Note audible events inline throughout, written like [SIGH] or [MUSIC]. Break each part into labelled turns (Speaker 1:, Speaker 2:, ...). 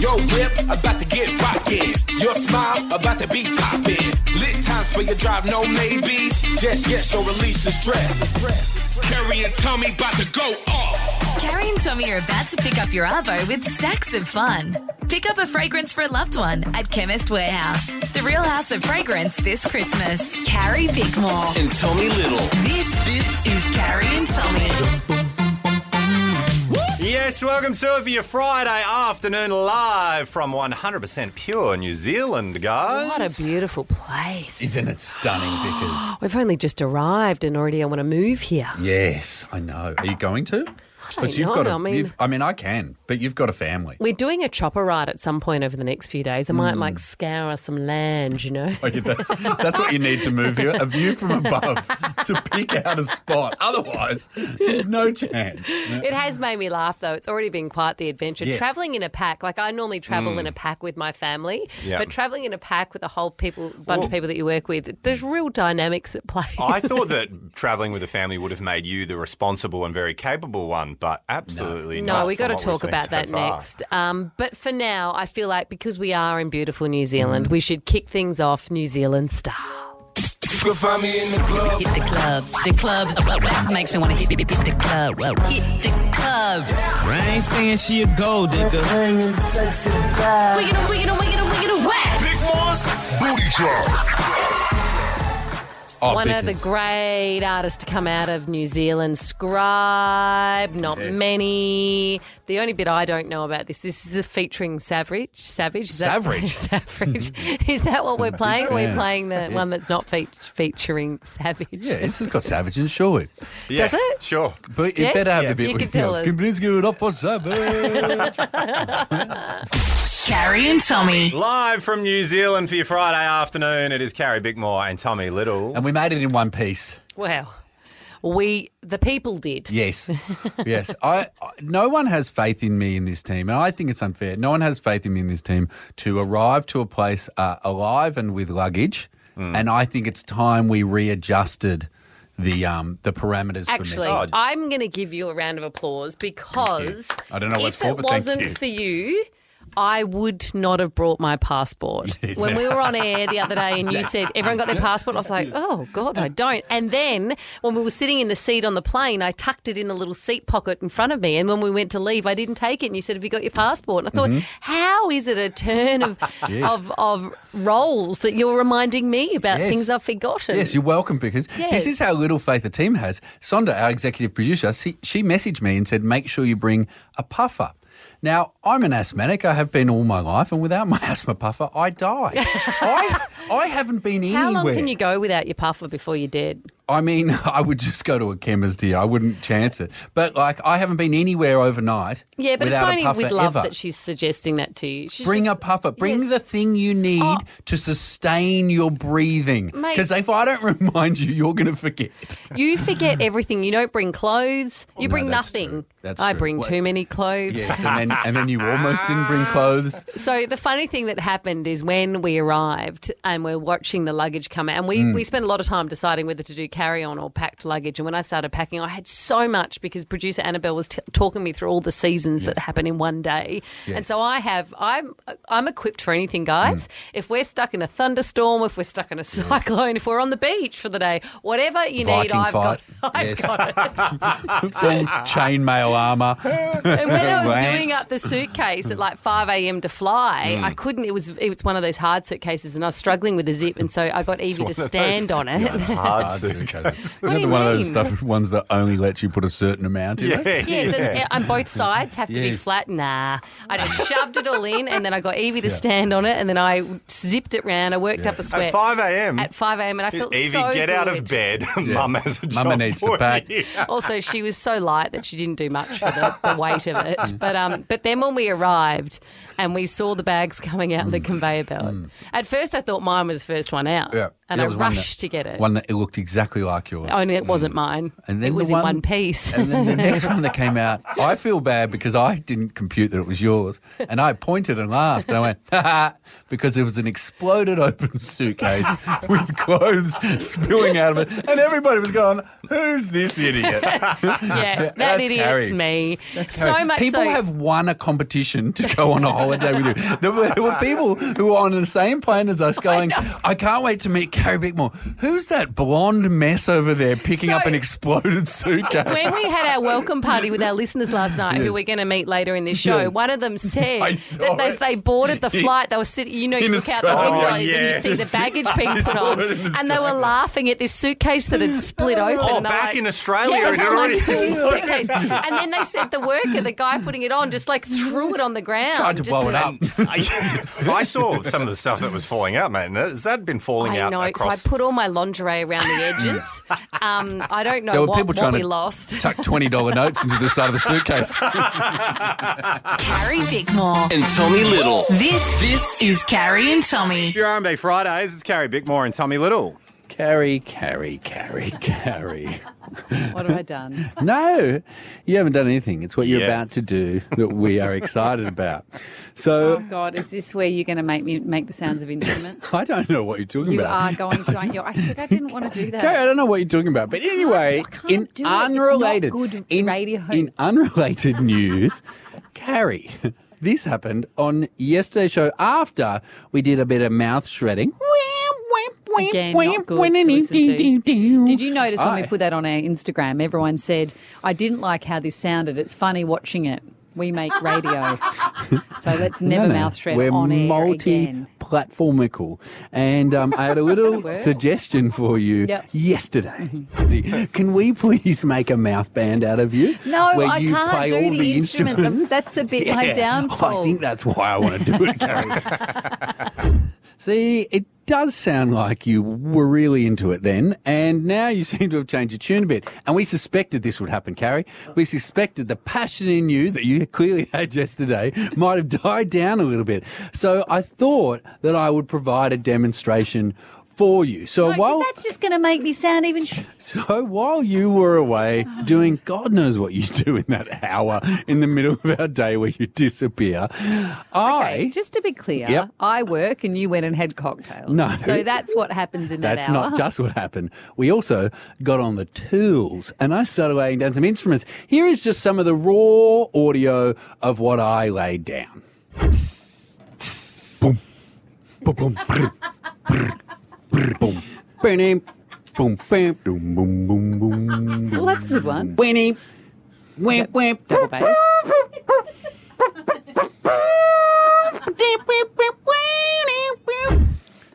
Speaker 1: Your whip about to get rockin'. Your smile about to be poppin'. Lit times for your drive, no maybes. Just yes, or release the stress.
Speaker 2: Carrie and Tommy about to go off.
Speaker 3: Carrie and Tommy are about to pick up your Arvo with stacks of fun. Pick up a fragrance for a loved one at Chemist Warehouse. The real house of fragrance this Christmas. Carrie Bickmore.
Speaker 4: And Tommy Little.
Speaker 3: This, this is Carrie and Tommy.
Speaker 5: Yes, welcome to it for your Friday afternoon live from 100% Pure New Zealand, guys.
Speaker 6: What a beautiful place.
Speaker 7: Isn't it stunning, Vickers?
Speaker 6: We've only just arrived and already I want to move here.
Speaker 7: [GASPS] Yes, I know. Are you going to? But
Speaker 6: know,
Speaker 7: got a-
Speaker 6: I mean-
Speaker 7: you've- I mean, I can, but you've got a family.
Speaker 6: We're doing a chopper ride at some point over the next few days. I might
Speaker 7: Mm.
Speaker 6: like scour some land, you know.
Speaker 7: Like, that's, [LAUGHS] that's what you need to move here a view from above to pick out a spot. Otherwise, there's no chance.
Speaker 6: It has made me laugh though. It's already been quite the adventure.
Speaker 7: Yes. Mm.
Speaker 6: Traveling in a pack, like I normally travel in a pack with my family,
Speaker 5: Yeah.
Speaker 6: but traveling in a pack with a whole people, bunch of people that you work with, there's real dynamics at play.
Speaker 5: I thought that travelling with a family would have made you the responsible and very capable one, but absolutely
Speaker 6: [LAUGHS] No,
Speaker 5: not.
Speaker 6: we got
Speaker 5: from
Speaker 6: to
Speaker 5: what we've
Speaker 6: talk
Speaker 5: seen
Speaker 6: about
Speaker 5: so
Speaker 6: that
Speaker 5: far.
Speaker 6: next. Um, but for now, I feel like because we are in beautiful
Speaker 7: Mm.
Speaker 6: New Zealand, we should kick things off New Zealand style.
Speaker 1: You can find me in the club.
Speaker 3: Hit the clubs, the clubs. Oh, oh, oh, makes me want to hit, hit, hit the club. Well, Hit the club.
Speaker 8: I ain't saying she a gold digger.
Speaker 3: Wiggle, wiggle, wiggle, wiggle, whack.
Speaker 2: Big Moss, booty drop.
Speaker 7: Oh,
Speaker 6: One of
Speaker 7: Vickers.
Speaker 6: the great artists to come out of New Zealand, Scribe. Not
Speaker 7: Yes.
Speaker 6: many. The only bit I don't know about this, this is the featuring Savage. Savage. Is that-
Speaker 7: Savage?
Speaker 6: [LAUGHS]
Speaker 7: Mm-hmm.
Speaker 6: Savage. is that what
Speaker 7: [LAUGHS]
Speaker 6: we're playing? Or we're
Speaker 7: fan.
Speaker 6: playing the one that's not fe- featuring Savage?
Speaker 7: Yeah, it's just got savage in it, surely.
Speaker 5: Yeah,
Speaker 6: Does it?
Speaker 5: Sure.
Speaker 7: But it
Speaker 6: Yes.
Speaker 7: better have
Speaker 6: Yeah.
Speaker 7: the bit
Speaker 6: You
Speaker 7: with,
Speaker 6: can tell us.
Speaker 7: Can please give it up for savage?
Speaker 3: Carrie and Tommy.
Speaker 5: Live from New Zealand for your Friday afternoon, it is Carrie Bickmore and Tommy Little.
Speaker 7: and we made it in one piece.
Speaker 6: [LAUGHS] Well, we, the people did.
Speaker 7: Yes, yes. I, I no one has faith in me in this team, and I think it's unfair. No one has faith in me in this team to arrive to a place uh, alive and with luggage. And I think it's time we readjusted the um, the parameters.
Speaker 6: Actually,
Speaker 7: for
Speaker 5: Oh, d-
Speaker 6: I'm going to give you a round of applause because
Speaker 7: I don't know what
Speaker 6: if
Speaker 7: for,
Speaker 6: it
Speaker 7: but thank
Speaker 6: wasn't
Speaker 7: you.
Speaker 6: for you, I would not have brought my passport.
Speaker 7: [LAUGHS] Yes.
Speaker 6: When we were on air the other day and you said everyone got their passport, I was like, oh, God, I don't. And then when we were sitting in the seat on the plane, I tucked it in the little seat pocket in front of me. And when we went to leave, I didn't take it. And you said, have you got your passport? And I thought,
Speaker 7: Mm-hmm.
Speaker 6: how is it a turn
Speaker 7: [LAUGHS]
Speaker 6: of, of, of roles that you're reminding me about
Speaker 7: Yes.
Speaker 6: things I've forgotten?
Speaker 7: Yes, you're welcome because
Speaker 6: Yes.
Speaker 7: this is how little faith the team has. Sonda, our executive producer, she, she messaged me and said, make sure you bring a puffer. Now, I'm an asthmatic. I have been all my life, and without my [LAUGHS] asthma puffer,
Speaker 6: [LAUGHS]
Speaker 7: I die. I, I haven't been
Speaker 6: how
Speaker 7: anywhere.
Speaker 6: long can you go without your puffer before you're dead?
Speaker 7: I mean, [LAUGHS] I would just go to a chemist here. I wouldn't chance it. But, like, I haven't been anywhere overnight.
Speaker 6: Yeah, but it's
Speaker 7: without a
Speaker 6: only
Speaker 7: puffer
Speaker 6: with love
Speaker 7: ever.
Speaker 6: that she's suggesting that to you. She's
Speaker 7: Bring
Speaker 6: just-
Speaker 7: a puffer. Bring
Speaker 6: Yes. Oh.
Speaker 7: the thing you need to sustain your breathing.
Speaker 6: Mate-
Speaker 7: Because if I don't [LAUGHS] remind you, you're going to forget.
Speaker 6: You forget everything. You don't bring clothes. You bring
Speaker 7: Oh, that's
Speaker 6: nothing.
Speaker 7: true. That's
Speaker 6: I
Speaker 7: true.
Speaker 6: bring
Speaker 7: What-
Speaker 6: too many clothes.
Speaker 7: Yes, and then, and then you almost didn't bring clothes.
Speaker 6: So the funny thing that happened is when we arrived and we're watching the luggage come out, and we,
Speaker 7: Mm.
Speaker 6: we spent a lot of time deciding whether to do carry on or packed luggage. And when I started packing, I had so much because producer Annabelle was t- talking me through all the seasons that happen in one day. And so I have I'm I'm equipped for anything, guys.
Speaker 7: Mm.
Speaker 6: If we're stuck in a thunderstorm, if we're stuck in a cyclone, if we're on the beach for the day, whatever you need,
Speaker 7: Viking
Speaker 6: I've
Speaker 7: fight.
Speaker 6: got [LAUGHS] I've
Speaker 7: Yes.
Speaker 6: got it.
Speaker 7: Full chainmail armor.
Speaker 5: [LAUGHS]
Speaker 6: And when I was
Speaker 7: Lance.
Speaker 6: doing up the suitcase
Speaker 5: Mm.
Speaker 6: at like 5 a.m. to fly, I couldn't. It was it was one of those hard suitcases, and I was struggling with the zip, and so I got Evie to stand on it. [LAUGHS]
Speaker 5: Hard suit.
Speaker 7: suitcase.
Speaker 6: do you
Speaker 7: Another one of those
Speaker 6: mean?
Speaker 7: stuff ones that only let you put a certain amount in. it?
Speaker 5: [LAUGHS] Yeah.
Speaker 6: Yes, and, and both sides have to be
Speaker 7: Yes.
Speaker 6: flat. Nah, I just shoved it all in, and then I got Evie to stand on it, and then I zipped it round. I worked up a sweat
Speaker 5: At 5 a.m.
Speaker 6: at 5 a.m. and I felt
Speaker 5: Evie,
Speaker 6: so
Speaker 5: get out of bed.
Speaker 6: good.
Speaker 5: [LAUGHS] Mum has a job
Speaker 7: Mama needs to
Speaker 5: for
Speaker 7: pack.
Speaker 5: you.
Speaker 6: Also, she was so light that she didn't do much for the, the weight of
Speaker 9: Mm.
Speaker 6: it. But um, but then when we arrived
Speaker 9: Mm.
Speaker 6: and we saw the bags coming out of the conveyor belt, at first I thought mine was the first one out.
Speaker 7: Yeah.
Speaker 6: and
Speaker 9: Yeah, it
Speaker 6: I
Speaker 9: was one that-
Speaker 6: rushed to get it.
Speaker 9: One that it looked exactly like yours.
Speaker 6: Only it wasn't mine.
Speaker 9: And then
Speaker 6: it
Speaker 9: the
Speaker 6: was in
Speaker 9: one-
Speaker 6: one
Speaker 9: [LAUGHS]
Speaker 6: piece.
Speaker 9: And then the next one that came out, I feel bad because I didn't compute that it was yours. And I pointed and laughed. And I went, ha ha, because there was an exploded open [LAUGHS] suitcase with clothes spilling out of it. And everybody was going, who's this idiot?
Speaker 6: [LAUGHS] yeah, that
Speaker 9: That's
Speaker 6: idiot's
Speaker 9: Carrie.
Speaker 6: me. [LAUGHS] So much
Speaker 9: people
Speaker 6: so,
Speaker 9: have won a competition to go on a holiday with you. There were, there were people who were on the same plane
Speaker 6: [LAUGHS]
Speaker 9: as us going, I, can't wait to meet Carrie Bickmore. Who's that blonde mess over there picking
Speaker 6: So-
Speaker 9: up an exploded suitcase?
Speaker 6: when we had our welcome party with our listeners last night,
Speaker 9: Yes.
Speaker 6: who we're going to meet later in this show,
Speaker 9: Yes.
Speaker 6: one of them said
Speaker 9: [LAUGHS] I
Speaker 6: that
Speaker 9: saw
Speaker 6: they,
Speaker 9: it.
Speaker 6: they boarded the flight. They were sitting, you know, you
Speaker 9: In
Speaker 6: look out the
Speaker 9: Australia.
Speaker 6: windows
Speaker 10: Yes.
Speaker 6: and you see the
Speaker 9: [LAUGHS]
Speaker 6: baggage being put on,
Speaker 9: it in
Speaker 6: and they were laughing at this suitcase that had split open.
Speaker 10: Oh,
Speaker 6: and they're
Speaker 10: back
Speaker 6: like,
Speaker 10: in Australia,
Speaker 6: Yeah, they're
Speaker 10: it had
Speaker 6: [LAUGHS] like,
Speaker 10: already
Speaker 6: "Who's
Speaker 9: [LAUGHS]
Speaker 6: this suitcase?" And then they said the worker, the guy putting it on, just like threw it on the ground.
Speaker 9: Tried to
Speaker 6: just
Speaker 9: blow it
Speaker 6: like-
Speaker 9: up.
Speaker 5: [LAUGHS]
Speaker 10: I, I saw some of the stuff that was falling out, man. Has that been falling
Speaker 6: I
Speaker 10: out
Speaker 6: know.
Speaker 10: across?
Speaker 6: So I put all my lingerie around the
Speaker 9: [LAUGHS]
Speaker 6: edges. um, I don't know
Speaker 9: There were
Speaker 6: what,
Speaker 9: people
Speaker 6: what
Speaker 9: trying
Speaker 6: we
Speaker 9: to
Speaker 6: lost.
Speaker 9: [LAUGHS] tuck twenty dollar notes into the side of
Speaker 7: [LAUGHS]
Speaker 9: the suitcase.
Speaker 11: Carrie Bickmore.
Speaker 12: And Tommy Little.
Speaker 11: This this is Carrie and Tommy.
Speaker 13: Your R&B Fridays, it's Carrie Bickmore and Tommy Little.
Speaker 7: Carry, carry, carry, carry.
Speaker 6: What have I done?
Speaker 7: No, you haven't done anything. It's what you're
Speaker 13: Yeah.
Speaker 7: about to do that we are excited about. So [LAUGHS]
Speaker 6: Oh, God, is this where you're going to make me make the sounds of instruments?
Speaker 7: I don't know what you're talking
Speaker 6: You
Speaker 7: about.
Speaker 6: are going to, aren't you? I said I didn't want to do
Speaker 7: Carrie, I
Speaker 6: that.
Speaker 7: don't know what you're talking about. But anyway,
Speaker 6: can't
Speaker 7: in
Speaker 6: do it. It's not
Speaker 7: unrelated
Speaker 6: good
Speaker 7: in,
Speaker 6: radio.
Speaker 7: in unrelated [LAUGHS] news, Carrie, this happened on yesterday's show after we did a bit of mouth shredding.
Speaker 6: Again, not good to listen to. Did you notice when we
Speaker 7: I-
Speaker 6: put that on our Instagram, everyone said, I didn't like how this sounded. It's funny watching it. We make [LAUGHS] radio. so let's never
Speaker 7: No, no.
Speaker 6: mouth shred
Speaker 7: We're
Speaker 6: on air again.
Speaker 7: multi-platformical, and um, I had
Speaker 6: [LAUGHS]
Speaker 7: a little
Speaker 6: Word.
Speaker 7: suggestion for you
Speaker 6: Yep. Mm-hmm.
Speaker 7: yesterday. The- Can we please make a mouth band out of you?
Speaker 6: No,
Speaker 7: where
Speaker 6: I
Speaker 7: you
Speaker 6: can't
Speaker 7: play
Speaker 6: do
Speaker 7: all
Speaker 6: the,
Speaker 7: the
Speaker 6: instruments. I'm- That's the bit my
Speaker 7: Yeah, [LAUGHS] Oh,
Speaker 6: downfall.
Speaker 7: I think that's why I want to do
Speaker 6: [LAUGHS]
Speaker 7: it, Gary. See, it does sound like you were really into it then, and now you [LAUGHS] seem to have changed your tune a bit. And we suspected this would happen, Carrie. We suspected the passion in you that you [LAUGHS] clearly had yesterday might have died down a little bit. So I thought that I would provide a demonstration for you. So
Speaker 6: No, 'cause
Speaker 7: while
Speaker 6: that's just going to make me sound even. Sh-
Speaker 7: so while you were away doing God knows what you do in that hour in the middle of our day where you disappear, I
Speaker 6: okay, just to be clear,
Speaker 7: Yep.
Speaker 6: I work and you went and had cocktails.
Speaker 7: No.
Speaker 6: So that's what happens in that
Speaker 7: That's
Speaker 6: hour. [LAUGHS]
Speaker 7: not just what happened. We also got on the tools and I started laying down some instruments. Here is just some of the raw audio of what I laid down. boom, boom, boom, brr, brr, brr, boom, boom, boom, bam, boom, boom, boom, boom,
Speaker 6: Well, that's a good one.
Speaker 7: Winnie. Wimp, wimp,
Speaker 6: Double bass.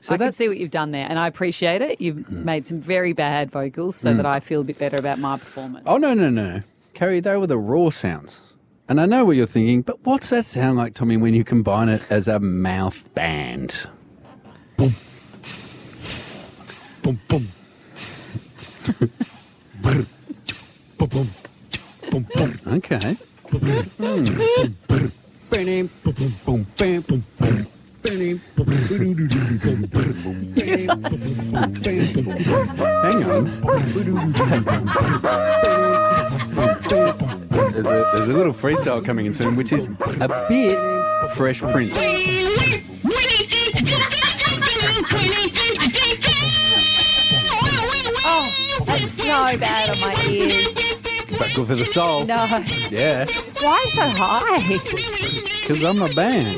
Speaker 7: So Hmm.
Speaker 6: I can
Speaker 7: that's
Speaker 6: see what you've done there, and I appreciate it. You've made some very bad vocals so that I feel a bit better about my performance.
Speaker 7: Hmm. oh no no no, Carrie. They were the raw sounds, and I know what you're thinking. But what's that sound like, Tommy, when you combine it as a mouth band? Boom, boom, boom, boom, boom, boom. Okay. Hmm. [LAUGHS] Hang on. There's a, there's a little freestyle coming in soon, which is a bit Fresh Prince.
Speaker 6: Oh, that's so bad on my ears.
Speaker 7: But good for the soul.
Speaker 6: No,
Speaker 7: Yeah,
Speaker 6: why so high?
Speaker 7: because I'm a band.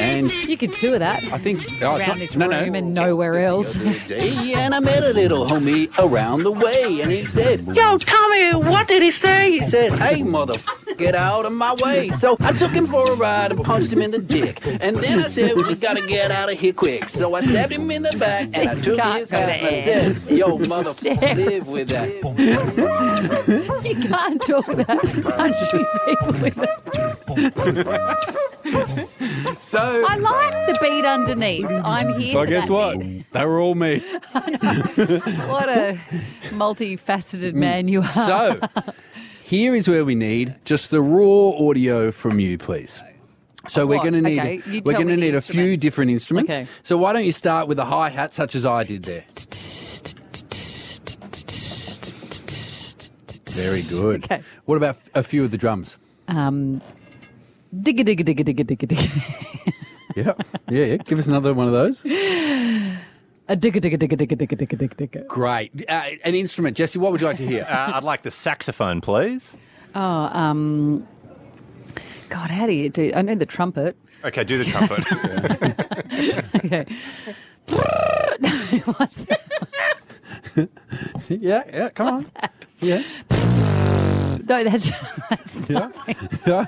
Speaker 7: And
Speaker 6: You could tour that
Speaker 7: I think... Oh, it's
Speaker 6: around
Speaker 7: not-
Speaker 6: this
Speaker 7: no,
Speaker 6: room
Speaker 7: no.
Speaker 6: and nowhere [LAUGHS] else.
Speaker 7: Hey, and I met a little homie around the way, and he said, Yo, Tommy, what did he say? He said, Hey, mother, get out of my way. So I took him for a ride and punched him in the dick. And then I said, We gotta get out of here quick. So I stabbed him in the back, and I
Speaker 6: This
Speaker 7: took
Speaker 6: can't
Speaker 7: his
Speaker 6: go
Speaker 7: hat
Speaker 6: to
Speaker 7: and I said, [LAUGHS] Yo, mother,
Speaker 6: Jeff.
Speaker 7: live with that.
Speaker 6: You can't talk about country people with it.
Speaker 7: So.
Speaker 6: I like the beat underneath. I'm here. for that beat.
Speaker 7: They were all me.
Speaker 6: What a multifaceted man you are.
Speaker 7: So, here is where we need just the raw audio from you, please.
Speaker 9: So we're
Speaker 6: What?
Speaker 9: going to need
Speaker 6: Okay, you
Speaker 9: we're
Speaker 6: tell
Speaker 9: going
Speaker 6: me
Speaker 9: to
Speaker 6: the
Speaker 9: need a few
Speaker 6: instruments.
Speaker 9: different instruments.
Speaker 6: Okay.
Speaker 9: So why don't you start with a hi hat, such as I did there? Very good.
Speaker 6: Okay.
Speaker 9: What about f- a few of the drums?
Speaker 6: Um, digga digga digga digga digga digga.
Speaker 9: Yeah, yeah, yeah. Give us another one of those.
Speaker 6: A digga digga digga digga digga digga digga digga.
Speaker 9: Great. Uh, an instrument, Jesse. What would you like to hear?
Speaker 5: [LAUGHS] Uh, I'd like the saxophone, please.
Speaker 6: Oh, um, Mm. God, how do you do? I know the trumpet.
Speaker 5: Okay, do the
Speaker 13: [LAUGHS]
Speaker 5: trumpet.
Speaker 6: Okay. What's that?
Speaker 9: [LAUGHS] yeah, yeah. Come on. Yeah,
Speaker 6: No, that's, [LAUGHS] that's
Speaker 9: yeah,
Speaker 6: [LAUGHS]
Speaker 9: yeah.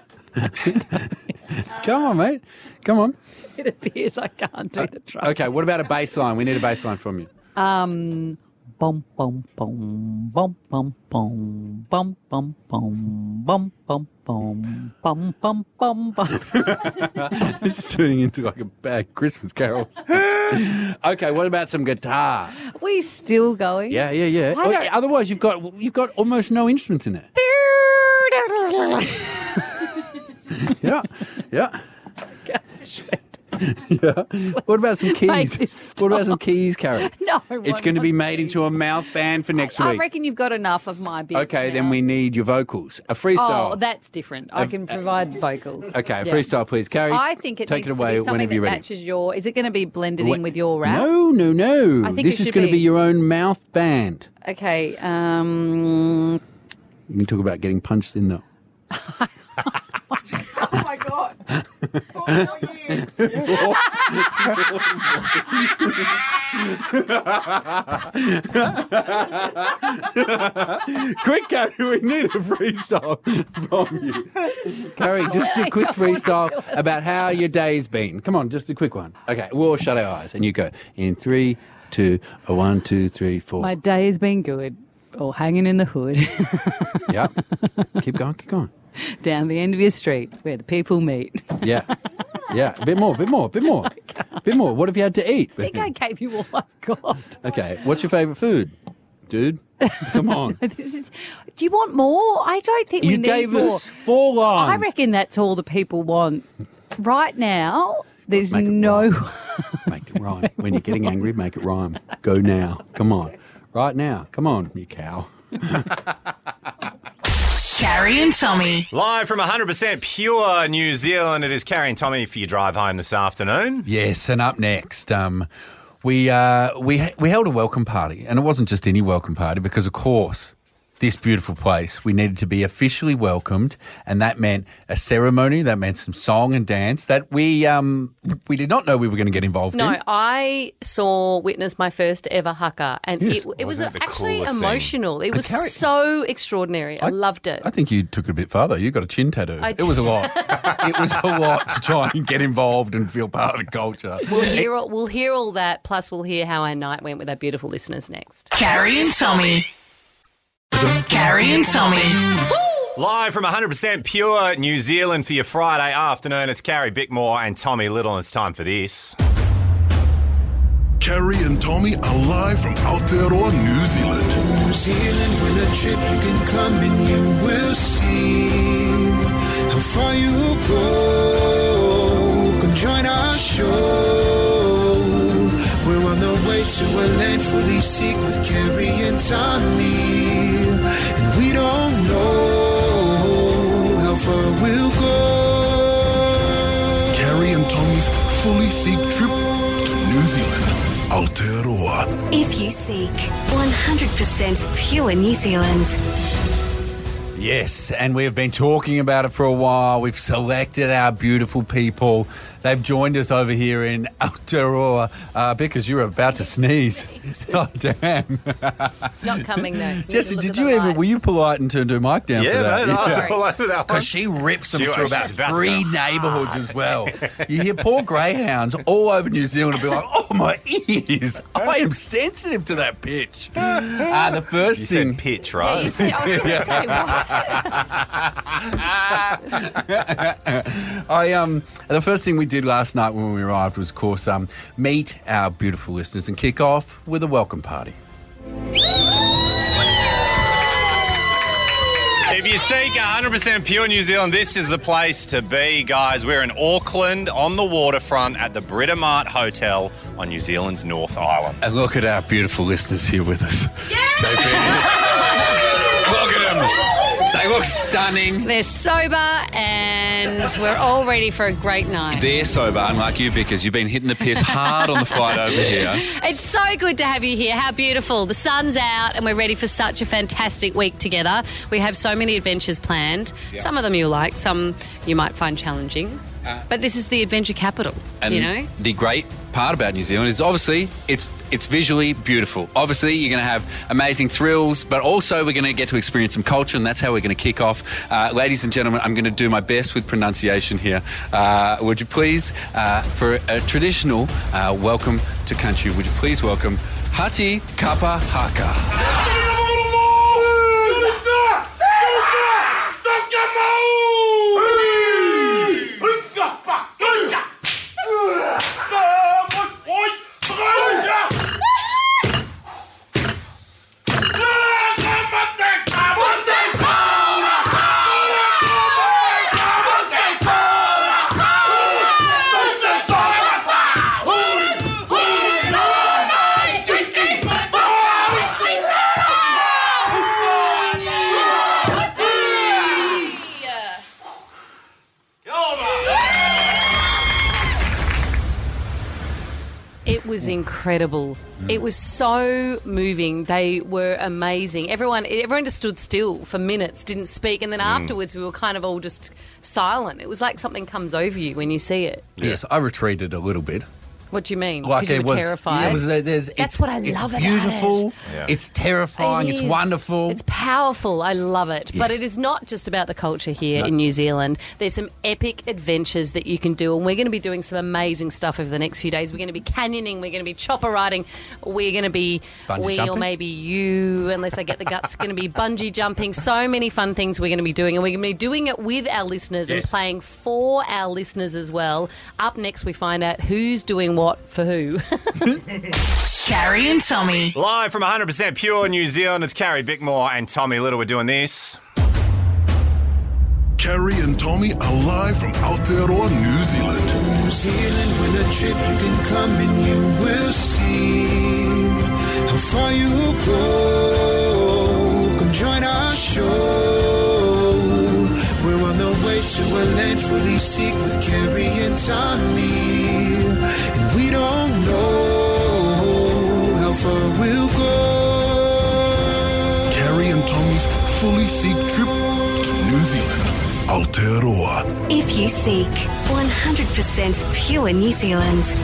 Speaker 9: [LAUGHS] come on, mate. Come on.
Speaker 6: it appears I can't do the trumpet.
Speaker 9: Okay. What about a bass line? We need a bass line from you.
Speaker 6: Um, bum bum bum bum bum bum bum bum bum bum bum bum bum bum bum bum.
Speaker 9: [LAUGHS] This is turning into like a bad Christmas carols. [LAUGHS] okay, what about some guitar?
Speaker 6: We still going?
Speaker 9: Yeah, yeah, yeah.
Speaker 6: Why
Speaker 9: Oh,
Speaker 6: don't-
Speaker 9: Otherwise, you've got you've got almost no
Speaker 6: [LAUGHS]
Speaker 9: instruments in there. yeah,
Speaker 6: [LAUGHS]
Speaker 9: yeah. [LAUGHS] yeah. What about some
Speaker 6: Make
Speaker 9: keys?
Speaker 6: this
Speaker 9: What about some keys, Carrie?
Speaker 6: [LAUGHS] [LAUGHS] No, I
Speaker 9: it's
Speaker 6: won't
Speaker 9: going to be
Speaker 6: want
Speaker 9: made into a mouth band for next
Speaker 6: I
Speaker 9: week.
Speaker 6: reckon you've got enough of my bits.
Speaker 9: okay,
Speaker 6: now.
Speaker 9: then we need your vocals. A freestyle.
Speaker 6: Oh, that's different. I can provide vocals.
Speaker 9: uh, okay, a
Speaker 6: Yeah.
Speaker 9: freestyle, please, Carrie.
Speaker 6: I think it
Speaker 9: take
Speaker 6: needs
Speaker 9: it away
Speaker 6: to be something
Speaker 9: whenever
Speaker 6: that
Speaker 9: you're ready.
Speaker 6: matches your. Is it going to be blended in
Speaker 9: Wh-
Speaker 6: with your rap?
Speaker 9: No, no, no.
Speaker 6: I think
Speaker 9: this
Speaker 6: it
Speaker 9: is
Speaker 6: should
Speaker 9: going to be
Speaker 6: be.
Speaker 9: your own mouth band.
Speaker 6: Okay. Um,
Speaker 9: You can talk about getting
Speaker 6: [LAUGHS]
Speaker 9: punched in the. quick, Gary, we need a freestyle from you. Gary, just a quick freestyle about how your day's been. Come on, just a quick one. Okay, we'll all shut our eyes and you go in three, two, a one, two, three, four.
Speaker 6: my day has been good. Or hanging in the hood [LAUGHS]
Speaker 9: Yeah. keep going, keep going.
Speaker 6: down the end of your street where the people meet. [LAUGHS] I
Speaker 9: Yeah. Yeah. A bit more, bit more,
Speaker 6: [LAUGHS]
Speaker 9: bit more. bit more. What have you had to eat?
Speaker 6: think Oh I gave you all I've got.
Speaker 9: [LAUGHS] Okay. What's your favourite food?
Speaker 6: [LAUGHS]
Speaker 9: Dude, come on.
Speaker 6: This is. Do you want more? I don't think we
Speaker 9: you
Speaker 6: need
Speaker 9: gave
Speaker 6: more.
Speaker 9: us four
Speaker 6: I
Speaker 9: lines.
Speaker 6: reckon that's all the people want right now. There's
Speaker 9: Make it
Speaker 6: no. [LAUGHS]
Speaker 9: rhyme. Make it rhyme. When you're getting angry, make it rhyme. Go now. Come on. Right now. Come on, you cow.
Speaker 3: Carrie and Tommy.
Speaker 5: Live from 100% pure New Zealand, it is Carrie and Tommy for your drive home this afternoon.
Speaker 7: Yes, and up next, um, we uh, we we held a welcome party, and it wasn't just any welcome party because, of course, this beautiful place we needed to be officially welcomed, and that meant a ceremony, that meant some song and dance that we um, we did not know we were going to get involved
Speaker 6: No,
Speaker 7: in.
Speaker 6: I saw witness my first ever haka, and
Speaker 7: Yes.
Speaker 6: it, it was
Speaker 5: Wasn't it the
Speaker 6: actually
Speaker 5: coolest thing?
Speaker 6: emotional. It was
Speaker 7: carrot-
Speaker 6: so extraordinary. I, loved it.
Speaker 7: I think you took it a bit further. You got a chin tattoo.
Speaker 6: I
Speaker 7: it was
Speaker 6: [LAUGHS]
Speaker 7: a lot. it was a lot to try and get involved and feel part of the culture.
Speaker 6: we'll hear all, we'll hear all that. Plus, we'll hear how our night went with our beautiful listeners next.
Speaker 3: Carrie and Tommy. Carrie and Tommy.
Speaker 5: Live from 100% pure New Zealand for your Friday afternoon, it's Carrie Bickmore and Tommy Little, and it's time for this.
Speaker 2: Carrie and Tommy are live from Aotearoa, New Zealand.
Speaker 8: New Zealand, win a trip, you can come and you will see how far you will go. Come join our show. We're on the way to a land fully seek with Carrie and Tommy. And we don't know how far we'll go.
Speaker 2: Carrie and Tommy's fully seek trip to New Zealand. Aotearoa.
Speaker 4: If you seek 100% pure New Zealand.
Speaker 7: Yes, and we have been talking about it for a while. We've selected our beautiful people. They've joined us over here in Aotearoa uh, because you were about to sneeze. [LAUGHS] oh, damn.
Speaker 6: It's not coming though. You
Speaker 7: Jesse,
Speaker 6: need to look at
Speaker 7: did you
Speaker 6: the
Speaker 7: ever,
Speaker 6: light.
Speaker 7: were you polite and turned her mic down for
Speaker 5: Yeah,
Speaker 7: that?
Speaker 5: mate, I was
Speaker 7: [LAUGHS]
Speaker 6: Sorry.
Speaker 5: all over that one.
Speaker 7: Because she rips them
Speaker 5: She
Speaker 7: through
Speaker 5: was-
Speaker 7: about
Speaker 5: she's about to
Speaker 7: three
Speaker 5: go
Speaker 7: neighbourhoods as
Speaker 5: [LAUGHS]
Speaker 7: well. You hear poor greyhounds all over New Zealand will be like, oh, my
Speaker 5: [LAUGHS]
Speaker 7: ears. I am sensitive to that pitch. Uh, the first
Speaker 5: You
Speaker 7: thing.
Speaker 5: said pitch,
Speaker 6: Yeah,
Speaker 5: right?
Speaker 6: you see, I was going to
Speaker 7: [LAUGHS]
Speaker 6: say. why-
Speaker 7: I um the first thing we did last night when we arrived was, of course, um meet our beautiful listeners and kick off with a welcome party.
Speaker 5: If
Speaker 10: If you seek 100% pure New Zealand, this is the place to be, guys. We're in Auckland on the waterfront at the Britomart Hotel on New Zealand's North Island.
Speaker 14: And look at our beautiful listeners here with us. Look at them. They look stunning.
Speaker 6: They're sober and we're all ready for a great night.
Speaker 7: They're sober, unlike you, Bickers. You've been hitting the piss hard on the flight over here.
Speaker 6: It's so good to have you here. How beautiful. The sun's out and we're ready for such a fantastic week together. We have so many adventures planned.
Speaker 7: Yeah. Uh,
Speaker 6: Some of them you'll like, some you might find challenging. but this is the adventure capital,
Speaker 7: And
Speaker 6: you know?
Speaker 7: the great part about New Zealand is obviously it's it's visually beautiful. Obviously, you're going to have amazing thrills, but also we're going to get to experience some culture, and that's how we're going to kick off. Uh, ladies and gentlemen, I'm going to do my best with pronunciation here. Uh, would you please, uh, for a traditional uh, welcome to country, would you please welcome Hati Kapa Haka?
Speaker 6: It was incredible.
Speaker 14: Mm.
Speaker 6: It was so moving. They were amazing. Everyone, everyone just stood still for minutes, didn't speak, and then
Speaker 14: Mm.
Speaker 6: afterwards we were kind of all just silent. It was like something comes over you when you see it.
Speaker 14: Yes, I retreated a little bit.
Speaker 6: What do you mean?
Speaker 14: Like
Speaker 6: 'Cause you
Speaker 14: it
Speaker 6: were
Speaker 14: was-
Speaker 6: terrified.
Speaker 14: yeah, it was- uh, there's-
Speaker 6: That's what I love
Speaker 14: it's
Speaker 6: about
Speaker 14: beautiful.
Speaker 6: it.
Speaker 14: It's terrifying.
Speaker 6: It
Speaker 14: it's
Speaker 6: is.
Speaker 14: wonderful.
Speaker 6: It's powerful. I love it. But it is not just about the culture here in New Zealand. There's some epic adventures that you can do, and we're going to be doing some amazing stuff over the next few days. We're going to be canyoning. We're going to be chopper riding. We're going to be
Speaker 3: Bungee
Speaker 6: we or
Speaker 3: jumping?
Speaker 6: maybe you, unless I get the guts, going to be bungee jumping. So many fun things we're going to be doing, and we're going to be doing it with our listeners and
Speaker 3: Yes.
Speaker 6: playing for our listeners as well. Up next, we find out who's doing what for who. [LAUGHS]
Speaker 10: Carrie and Tommy. Live from 100% Pure New Zealand, it's Carrie Bickmore and Tommy Little. We're doing this.
Speaker 2: Carrie and Tommy are live from Aotearoa, New Zealand.
Speaker 8: New Zealand, when a trip you can come and you will see how far you will go. Come join our show. We're on the way to a land fully seek with Carrie and Tommy, and we don't know how far we'll go.
Speaker 2: Carrie and Tommy's fully seek trip to New Zealand. Aotearoa.
Speaker 4: If you seek 100% pure New Zealand.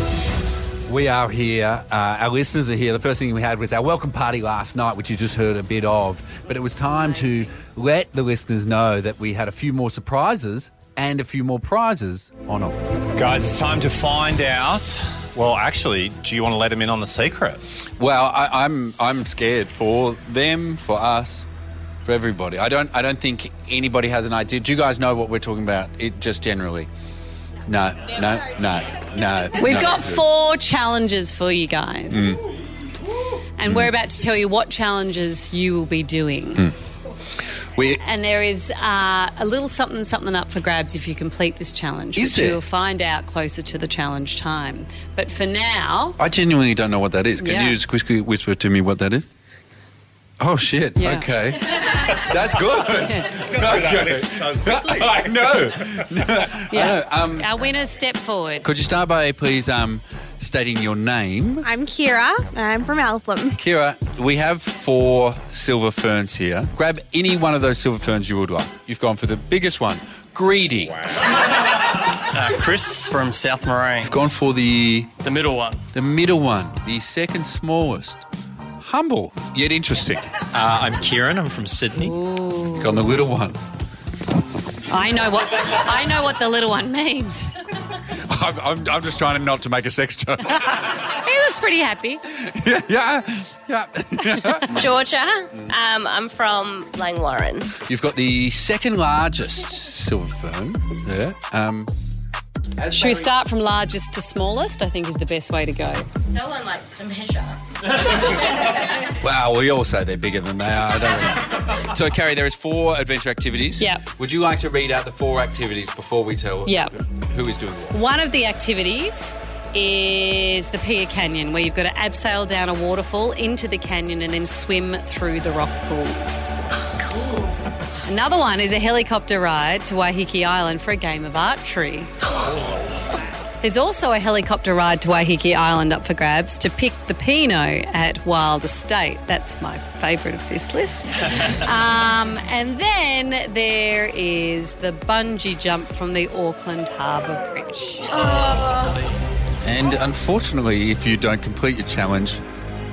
Speaker 14: We are here. Uh, our listeners are here. The first thing we had was our welcome party last night, which you just heard a bit of. But it was time to let the listeners know that we had a few more surprises and a few more prizes on offer.
Speaker 10: Guys, it's time to find out. Well, actually, do you want to let him in on the secret?
Speaker 7: Well, I, I'm I'm scared for them, for us, for everybody. I don't I don't think anybody has an idea. Do you guys know what we're talking about? It just generally. No, no, no, no.
Speaker 6: We've
Speaker 7: no.
Speaker 6: got four challenges for you guys.
Speaker 7: Mm.
Speaker 6: And we're about to tell you what challenges you will be doing.
Speaker 7: Mm. We
Speaker 6: And there is uh, a little something something up for grabs if you complete this challenge, which
Speaker 7: Is there?
Speaker 6: you'll find out closer to the challenge time. But for now,
Speaker 7: I genuinely don't know what that is. Can
Speaker 6: Yeah.
Speaker 7: you just quickly whisper to me what that is? Oh shit.
Speaker 6: Yeah. [LAUGHS]
Speaker 7: Okay. That's good. Okay. I know.
Speaker 6: Yeah.
Speaker 7: I know. Um,
Speaker 6: our winners step forward.
Speaker 7: could you start by please um, stating your name?
Speaker 11: I'm Kira. and I'm from Eltham.
Speaker 7: Kira, we have four silver ferns here. Grab any one of those silver ferns you would like. You've gone for the biggest one, greedy.
Speaker 15: Uh, Chris from South Moraine.
Speaker 7: You've gone for the
Speaker 15: The middle one.
Speaker 7: the middle one, the second smallest, humble yet interesting.
Speaker 15: Uh, I'm Kieran. I'm from Sydney.
Speaker 7: You've gone the little one. [LAUGHS]
Speaker 6: I know what I know what the little one means. [LAUGHS]
Speaker 7: I'm, I'm, I'm just trying not to make a sex joke.
Speaker 6: He looks pretty happy.
Speaker 7: yeah, yeah, yeah.
Speaker 9: Georgia. Um, I'm from Langwarren.
Speaker 7: You've got the second largest silver fern. Yeah. Um,
Speaker 6: Should we start from largest to smallest? I think is the best way to go.
Speaker 9: No one likes to measure.
Speaker 7: Wow, we all say they're bigger than they are,
Speaker 6: [LAUGHS]
Speaker 7: don't we? so, Carrie, there is four adventure activities.
Speaker 6: Yep.
Speaker 7: Would you like to read out the four activities before we tell
Speaker 6: Yep.
Speaker 7: who is doing what?
Speaker 6: One of the activities is the Pier Canyon, where you've got to abseil down a waterfall into the canyon and then swim through the rock pools. Cool. Another one is a helicopter ride to Waiheke Island for a game of archery. There's also a helicopter ride to Waiheke Island up for grabs to pick the Pinot at Wild Estate. That's my favourite of this list. Um, and then there is the bungee jump from the Auckland Harbour Bridge.
Speaker 7: And unfortunately, if you don't complete your challenge,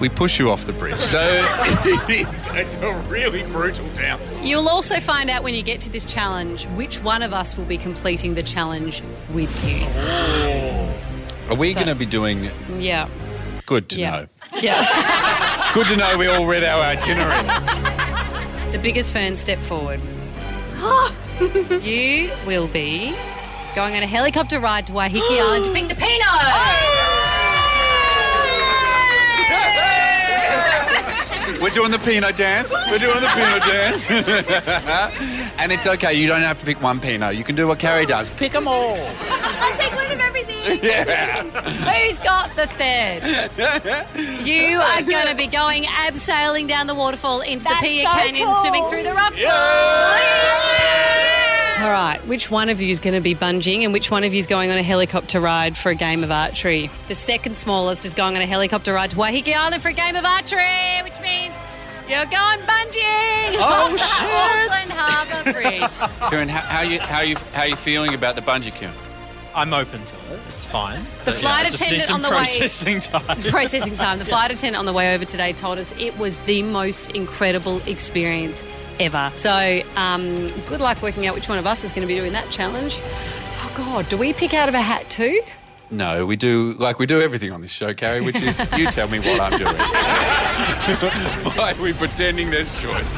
Speaker 7: we push you off the bridge.
Speaker 6: [LAUGHS]
Speaker 7: So, [LAUGHS] it is, it's a really brutal dance.
Speaker 6: You'll also find out when you get to this challenge which one of us will be completing the challenge with you.
Speaker 7: Are we
Speaker 6: So-
Speaker 7: going to be doing
Speaker 6: Yeah.
Speaker 7: good to
Speaker 6: Yeah.
Speaker 7: know?
Speaker 6: Yeah. [LAUGHS]
Speaker 7: Good to know we all read our itinerary.
Speaker 6: the biggest fern step forward. you will be going on a helicopter ride to Waiheke Island to pick the
Speaker 7: We're doing the Pinot dance. We're doing the Pinot dance. [LAUGHS] and it's okay. You don't have to pick one Pinot. You can do what Carrie does. Pick them all.
Speaker 6: I'll take one of everything.
Speaker 7: [LAUGHS] Yeah.
Speaker 6: Who's got
Speaker 3: [LAUGHS]
Speaker 6: the third? You are going to be going abseiling down the waterfall into
Speaker 3: That's
Speaker 6: the Pia
Speaker 3: so
Speaker 6: Canyon,
Speaker 3: cool.
Speaker 6: swimming through the rock. pool. All right, which one of you is going to be bungeeing and which one of you is going on a helicopter ride for a game of archery? The second smallest is going on a helicopter ride to Waiheke Island for a game of archery, which means you're going bungeeing
Speaker 3: Oh,
Speaker 6: off the
Speaker 3: shit.
Speaker 6: [LAUGHS] Auckland Harbour Bridge.
Speaker 7: Kieran, how, how you how you how you feeling about the bungee, Kieran?
Speaker 16: I'm open to it. It's fine.
Speaker 6: The flight
Speaker 16: it just
Speaker 6: attendant
Speaker 16: needs some
Speaker 6: on the way-
Speaker 16: processing time.
Speaker 6: Processing time. The flight attendant on the way over today told us it was the most incredible experience ever. So, um, good luck working out which one of us is going to be doing that challenge. Oh, God, do we pick out of a hat too?
Speaker 7: No, we do like we do everything on this show, Carrie, which [LAUGHS] is you tell me what I'm doing. [LAUGHS] Why are we pretending there's choice?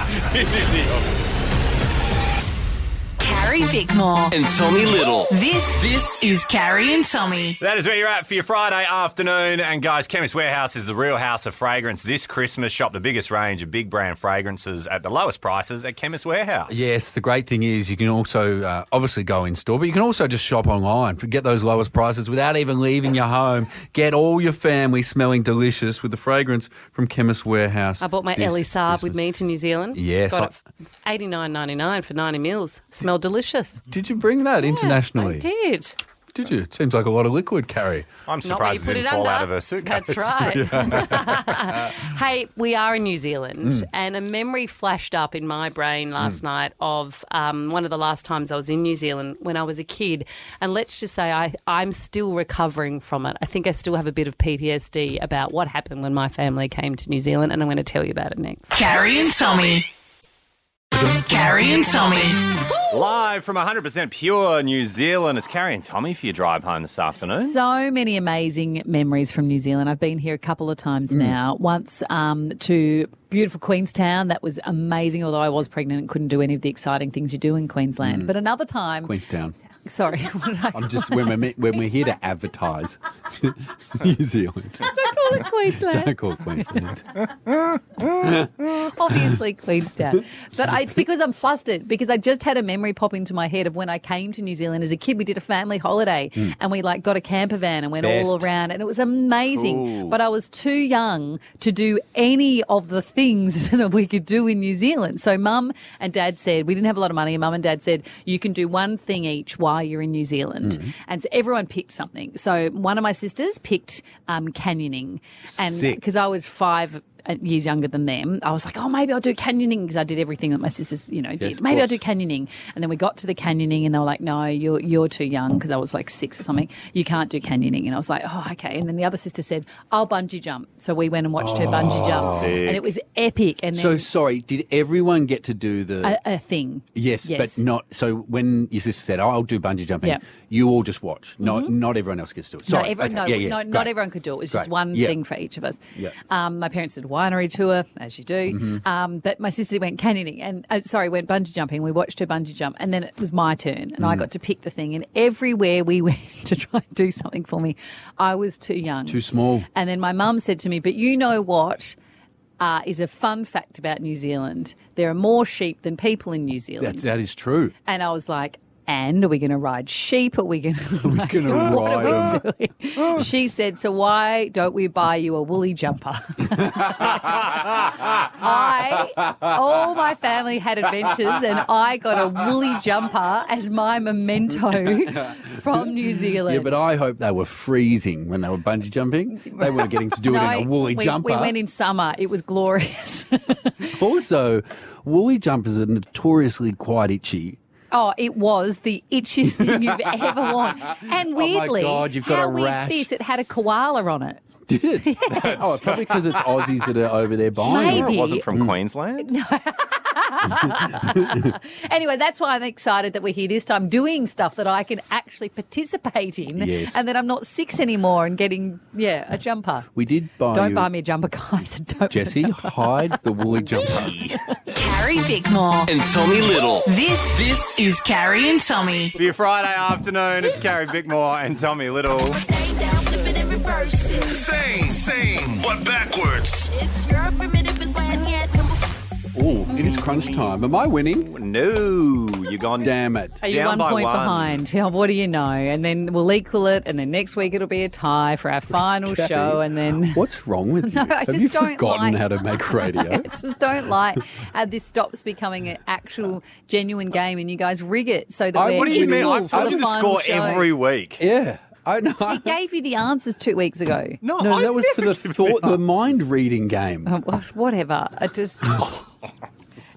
Speaker 11: Carrie Bickmore
Speaker 10: And Tommy Little.
Speaker 11: This this is Carrie and Tommy.
Speaker 10: That is where you're at for your Friday afternoon. And guys, Chemist Warehouse is the real house of fragrance. This Christmas, shop the biggest range of big brand fragrances at the lowest prices at Chemist Warehouse.
Speaker 17: Yes, the great thing is you can also uh, obviously go in store, but you can also just shop online. Get those lowest prices without even leaving your home. Get all your family smelling delicious with the fragrance from Chemist Warehouse.
Speaker 18: I bought my
Speaker 17: this-
Speaker 18: Ellie Saab with me to New Zealand.
Speaker 17: Yes,
Speaker 18: Got it eighty nine ninety nine for ninety mils. Smelled delicious.
Speaker 7: Mm.
Speaker 17: Did you bring that internationally?
Speaker 18: I did.
Speaker 17: Did you? It seems like a lot of liquid, Carrie.
Speaker 10: I'm
Speaker 18: Not where you
Speaker 10: surprised it
Speaker 18: put
Speaker 10: didn't
Speaker 18: it
Speaker 10: fall
Speaker 18: under.
Speaker 10: out of her suitcase. [LAUGHS]
Speaker 18: That's right.
Speaker 10: Yeah.
Speaker 18: Hey, we are in New Zealand,
Speaker 10: Mm.
Speaker 18: and a memory flashed up in my brain last
Speaker 6: Mm.
Speaker 18: night of um, one of the last times I was in New Zealand when I was a kid. And let's just say I, I'm still recovering from it. I think I still have a bit of PTSD about what happened when my family came to New Zealand, and I'm going to tell you about it next.
Speaker 11: Carrie and Tommy. Carrie and Tommy.
Speaker 10: Live from 100% Pure New Zealand, it's Carrie and Tommy for your drive home this afternoon.
Speaker 19: So many amazing memories from New Zealand. I've been here a couple of times
Speaker 10: Mm.
Speaker 19: now. Once um, to beautiful Queenstown. That was amazing, although I was pregnant and couldn't do any of the exciting things you do in Queensland.
Speaker 20: Mm.
Speaker 19: But another time.
Speaker 20: Queenstown.
Speaker 19: Sorry. [LAUGHS] What did I
Speaker 20: I'm just when we're me- when we're here to advertise
Speaker 18: [LAUGHS]
Speaker 20: New Zealand.
Speaker 19: Don't call it Queensland.
Speaker 17: [LAUGHS]
Speaker 20: Don't call it Queensland.
Speaker 9: [LAUGHS]
Speaker 19: [LAUGHS] Obviously, Queenstown. But I, it's because I'm flustered because I just had a memory pop into my head of when I came to New Zealand as a kid. We did a family holiday
Speaker 3: Mm.
Speaker 19: and we like got a camper van and went all
Speaker 3: Best.
Speaker 19: around and it was amazing.
Speaker 3: Cool.
Speaker 19: But I was too young to do any of the things [LAUGHS] that we could do in New Zealand. So mum and dad said, we didn't have a lot of money. And mum and dad said, you can do one thing each while you're in New Zealand.
Speaker 3: Mm.
Speaker 19: And so everyone picked something. So one of my sisters picked um, canyoning and
Speaker 3: Sick.
Speaker 19: because I was five uh, years younger than them, I was like, oh, maybe I'll do canyoning because I did everything that my sisters, you know, did.
Speaker 3: of
Speaker 19: maybe I'll do
Speaker 3: course.
Speaker 19: canyoning. And then we got to the canyoning and they were like, no, you're, you're too young because I was like six or something. You can't do canyoning. And I was like, oh, okay. And then the other sister said, I'll bungee jump. So we went and watched her bungee jump
Speaker 20: Oh.
Speaker 19: and it was epic. And
Speaker 20: So
Speaker 19: then
Speaker 20: sorry, did everyone get to do the?
Speaker 19: a, a thing.
Speaker 20: Yes,
Speaker 19: Yes.
Speaker 20: but not so. When your sister said,
Speaker 17: "Oh,
Speaker 20: "I'll do bungee jumping,"
Speaker 19: Yeah.
Speaker 20: you all just watch. Not
Speaker 19: Mhm.
Speaker 20: not everyone else gets to do it.
Speaker 19: No,
Speaker 20: Sorry,
Speaker 19: everyone,
Speaker 20: Okay,
Speaker 19: no,
Speaker 20: yeah, yeah,
Speaker 19: no, not
Speaker 20: great.
Speaker 19: everyone could do it. It was just
Speaker 20: Great.
Speaker 19: one
Speaker 20: Yeah. Mm-hmm.
Speaker 19: thing for each of us.
Speaker 20: Yeah.
Speaker 19: Um, my parents said,
Speaker 6: winery tour, as you do. Um, but my sister went canyoning and, uh, sorry, went bungee jumping. We watched her bungee jump. And then it was my turn and I
Speaker 20: Mm-hmm.
Speaker 3: Mm.
Speaker 6: got to pick the thing. And everywhere we [LAUGHS] went to try and do something for me, I was too young.
Speaker 7: Too small.
Speaker 6: And then my mum said to me, But you know what? Uh, is a fun fact about New Zealand. There are more sheep than people in New Zealand.
Speaker 7: That, that is true.
Speaker 6: And I was like, and are we going to ride sheep? Are [LAUGHS] we going to?
Speaker 18: Mm-hmm.
Speaker 17: [LAUGHS]
Speaker 6: We're
Speaker 18: [LAUGHS]
Speaker 7: going to ride them. Oh.
Speaker 6: She said, so why don't we buy you a woolly jumper? [LAUGHS] I, all my family had adventures, and I got a woolly jumper as my
Speaker 7: [LAUGHS]
Speaker 6: memento from New Zealand.
Speaker 7: Yeah, but I hope they were freezing when they were bungee jumping. They were getting to
Speaker 6: [LAUGHS]
Speaker 7: do it in a
Speaker 6: No,
Speaker 7: woolly
Speaker 6: we,
Speaker 7: jumper.
Speaker 6: We went in summer. It was glorious. [LAUGHS]
Speaker 7: also, woolly jumpers are notoriously quite itchy.
Speaker 6: Oh, it was the itchiest thing you've ever worn. And weirdly,
Speaker 7: Oh God, you've got a
Speaker 6: how weird's
Speaker 7: rash.
Speaker 6: this? It had a koala on it.
Speaker 7: Did it? Oh, it's probably because it's Aussies that are over there buying.
Speaker 6: Maybe.
Speaker 7: it
Speaker 6: It wasn't
Speaker 10: from Queensland.
Speaker 6: Anyway, that's why I'm excited that we're here this time doing stuff that I can actually participate in
Speaker 7: Yes.
Speaker 6: and that I'm not six anymore and getting, yeah, a jumper.
Speaker 7: We did buy.
Speaker 6: don't
Speaker 7: you-
Speaker 6: buy me a jumper, [LAUGHS] guys. Don't buy a
Speaker 7: Jesse,
Speaker 6: jumper.
Speaker 7: hide the woolly jumper.
Speaker 11: Carrie Bickmore
Speaker 10: And Tommy Little.
Speaker 11: This this is Carrie and Tommy.
Speaker 10: Be a Friday afternoon. It's Carrie Bickmore and Tommy Little.
Speaker 2: Same, same, but backwards.
Speaker 21: It's your primitive is when you had number
Speaker 7: Oh, it is crunch time. Am I winning?
Speaker 10: No, you're gone.
Speaker 7: Damn it.
Speaker 6: Are you one point behind? Yeah, what do you know? And then we'll equal it, and then next week it'll be a tie for our final
Speaker 7: Kathy,
Speaker 6: show, and then [LAUGHS]
Speaker 7: [GASPS] What's wrong with you?
Speaker 6: No, I
Speaker 7: Have
Speaker 6: just
Speaker 7: you
Speaker 6: don't
Speaker 7: forgotten
Speaker 6: like-
Speaker 7: how to make radio?
Speaker 6: I just don't like how this stops becoming an actual, genuine game, and you guys rig it so that
Speaker 10: I-
Speaker 6: we're
Speaker 10: what do you mean?
Speaker 6: equal
Speaker 10: I've
Speaker 6: for
Speaker 10: told
Speaker 6: the
Speaker 10: you the
Speaker 6: final
Speaker 10: score
Speaker 6: show.
Speaker 10: every week.
Speaker 7: Yeah. I
Speaker 6: [LAUGHS]
Speaker 7: know.
Speaker 6: He gave you the answers two weeks ago.
Speaker 7: No, that was for the thought, the mind reading game.
Speaker 6: Oh, wha- whatever. I just.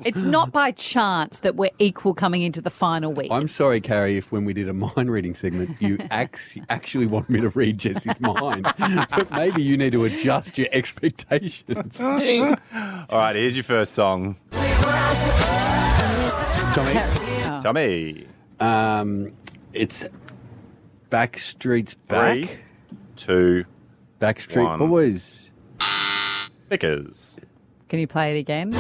Speaker 6: it's not by chance that we're equal coming into the final week.
Speaker 7: I'm sorry, Carrie, if when we did a [LAUGHS] mind reading segment, you act- actually want me to read Jesse's mind. [LAUGHS] but maybe you need to adjust your
Speaker 6: [LAUGHS]
Speaker 7: expectations.
Speaker 10: All right, here's your first song.
Speaker 7: Tommy.
Speaker 18: Oh.
Speaker 10: Tommy.
Speaker 7: Um, it's Backstreet's Back.
Speaker 10: Three, two,
Speaker 7: Backstreet
Speaker 10: one.
Speaker 7: Boys.
Speaker 10: Vickers.
Speaker 6: Can you play it again?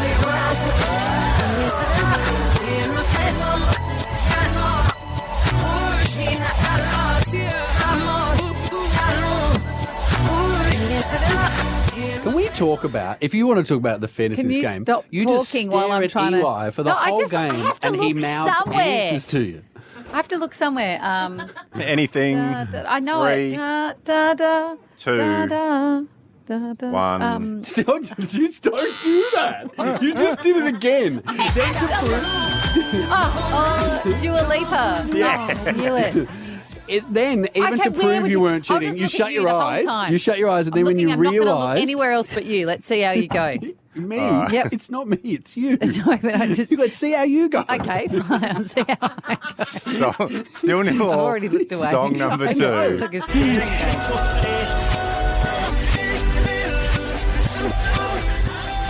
Speaker 7: Can we talk about, if you want to talk about the fairness
Speaker 6: Can
Speaker 7: in this
Speaker 6: you
Speaker 7: game,
Speaker 6: stop
Speaker 7: you just
Speaker 6: talking
Speaker 7: stare
Speaker 6: while I'm
Speaker 7: at
Speaker 6: trying to-
Speaker 7: Eli for the
Speaker 6: No, I
Speaker 7: whole
Speaker 6: just- I
Speaker 7: game
Speaker 6: have to
Speaker 7: and he
Speaker 6: look
Speaker 7: mouths
Speaker 6: somewhere.
Speaker 7: answers to you. [LAUGHS]
Speaker 6: I have to look somewhere. Um,
Speaker 10: Anything.
Speaker 6: da, da- I know
Speaker 10: Three,
Speaker 6: it. Da, da, da,
Speaker 10: two,
Speaker 6: da, da, da, da.
Speaker 10: one.
Speaker 6: Um,
Speaker 7: See, I just- you just don't do
Speaker 6: [LAUGHS]
Speaker 7: that. You just did it again. That's a proof.
Speaker 6: oh, oh, Dua Lipa.
Speaker 7: Yeah.
Speaker 6: Oh, I knew it.
Speaker 7: It, then, even
Speaker 6: Okay,
Speaker 7: to
Speaker 6: where would
Speaker 7: prove you
Speaker 6: you-
Speaker 7: weren't
Speaker 6: I'll just
Speaker 7: cheating, you
Speaker 6: look at
Speaker 7: shut
Speaker 6: you
Speaker 7: your
Speaker 6: the whole
Speaker 7: eyes.
Speaker 6: time.
Speaker 7: You shut your eyes, and then when you
Speaker 6: I'm not going to look
Speaker 7: realise
Speaker 6: anywhere else but you. Let's see how you go.
Speaker 7: me, [LAUGHS]
Speaker 6: All right. Yep.
Speaker 7: it's not me, it's [LAUGHS] you.
Speaker 6: [LAUGHS] Sorry, but I just.
Speaker 7: Let's see how you go.
Speaker 6: [LAUGHS] Okay, fine. I'll see [LAUGHS] how I go.
Speaker 10: So, still
Speaker 6: I've
Speaker 10: nil.
Speaker 6: already looked away.
Speaker 10: Oh, Song number
Speaker 6: I know,
Speaker 10: two.
Speaker 6: it's like a staring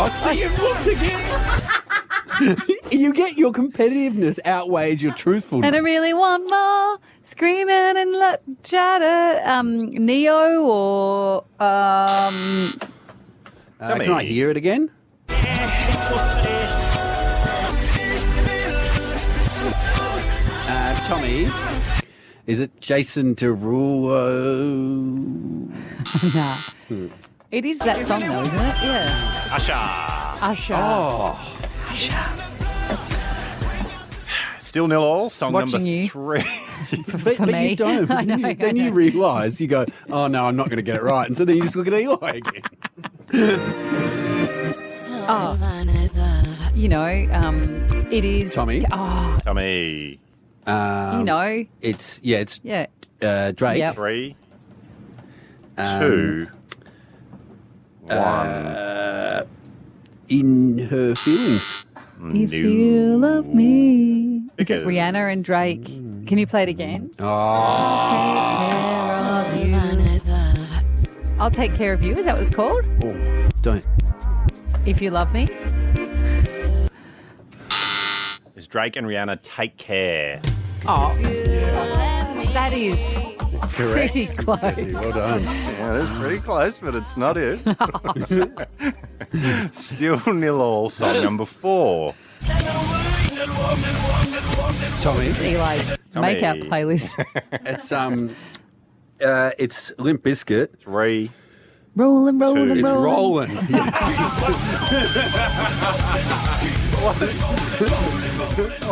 Speaker 7: I'll see you once again. [LAUGHS] you get your competitiveness outweighs your truthfulness.
Speaker 6: And I really want more screaming and lo- chatter. Um, Neo or um,
Speaker 7: Uh, can I hear it again? Uh, Tommy, is it Jason Derulo?
Speaker 6: nah.
Speaker 10: Hmm.
Speaker 6: It is that song though, isn't it? Yeah.
Speaker 10: Usher.
Speaker 6: [LAUGHS] Usher.
Speaker 7: Oh.
Speaker 10: Still nil all. Song
Speaker 6: Watching
Speaker 10: number
Speaker 6: you.
Speaker 10: three.
Speaker 6: [LAUGHS]
Speaker 7: But,
Speaker 6: for
Speaker 7: but
Speaker 6: me. [LAUGHS]
Speaker 7: you don't.
Speaker 6: I know,
Speaker 7: You-
Speaker 6: I
Speaker 7: then you realise, you go, oh no, I'm not going to get it right. And so then you just look at Eli again.
Speaker 6: Oh. You know, um, it is.
Speaker 7: Tommy?
Speaker 6: [LAUGHS] Oh,
Speaker 10: Tommy.
Speaker 7: Um,
Speaker 6: you know.
Speaker 7: It's, yeah, it's
Speaker 6: Yeah.
Speaker 7: uh, Drake.
Speaker 6: Yep.
Speaker 10: Three,
Speaker 7: Um,
Speaker 10: two, one.
Speaker 7: Uh, in her feelings.
Speaker 6: If you love me. Is it Rihanna and Drake?
Speaker 10: Hmm.
Speaker 6: [LAUGHS] Can you play it again? I'll take care of you. Is that what it's called?
Speaker 7: Oh, don't.
Speaker 6: If you love me.
Speaker 10: Is Drake and Rihanna take care?
Speaker 6: Oh. That is
Speaker 10: Correct.
Speaker 22: Pretty close.
Speaker 10: Well done. Yeah, that's pretty close, but it's not it.
Speaker 6: [LAUGHS]
Speaker 10: [LAUGHS] Still nil all. Song number four.
Speaker 9: Tommy.
Speaker 22: Eli's
Speaker 9: Tommy.
Speaker 22: make out playlist.
Speaker 9: it's um, uh, it's Limp Biscuit.
Speaker 10: Three.
Speaker 22: Rolling, rolling,
Speaker 9: It's
Speaker 22: rolling.
Speaker 6: [LAUGHS]
Speaker 9: rolling.
Speaker 10: What's,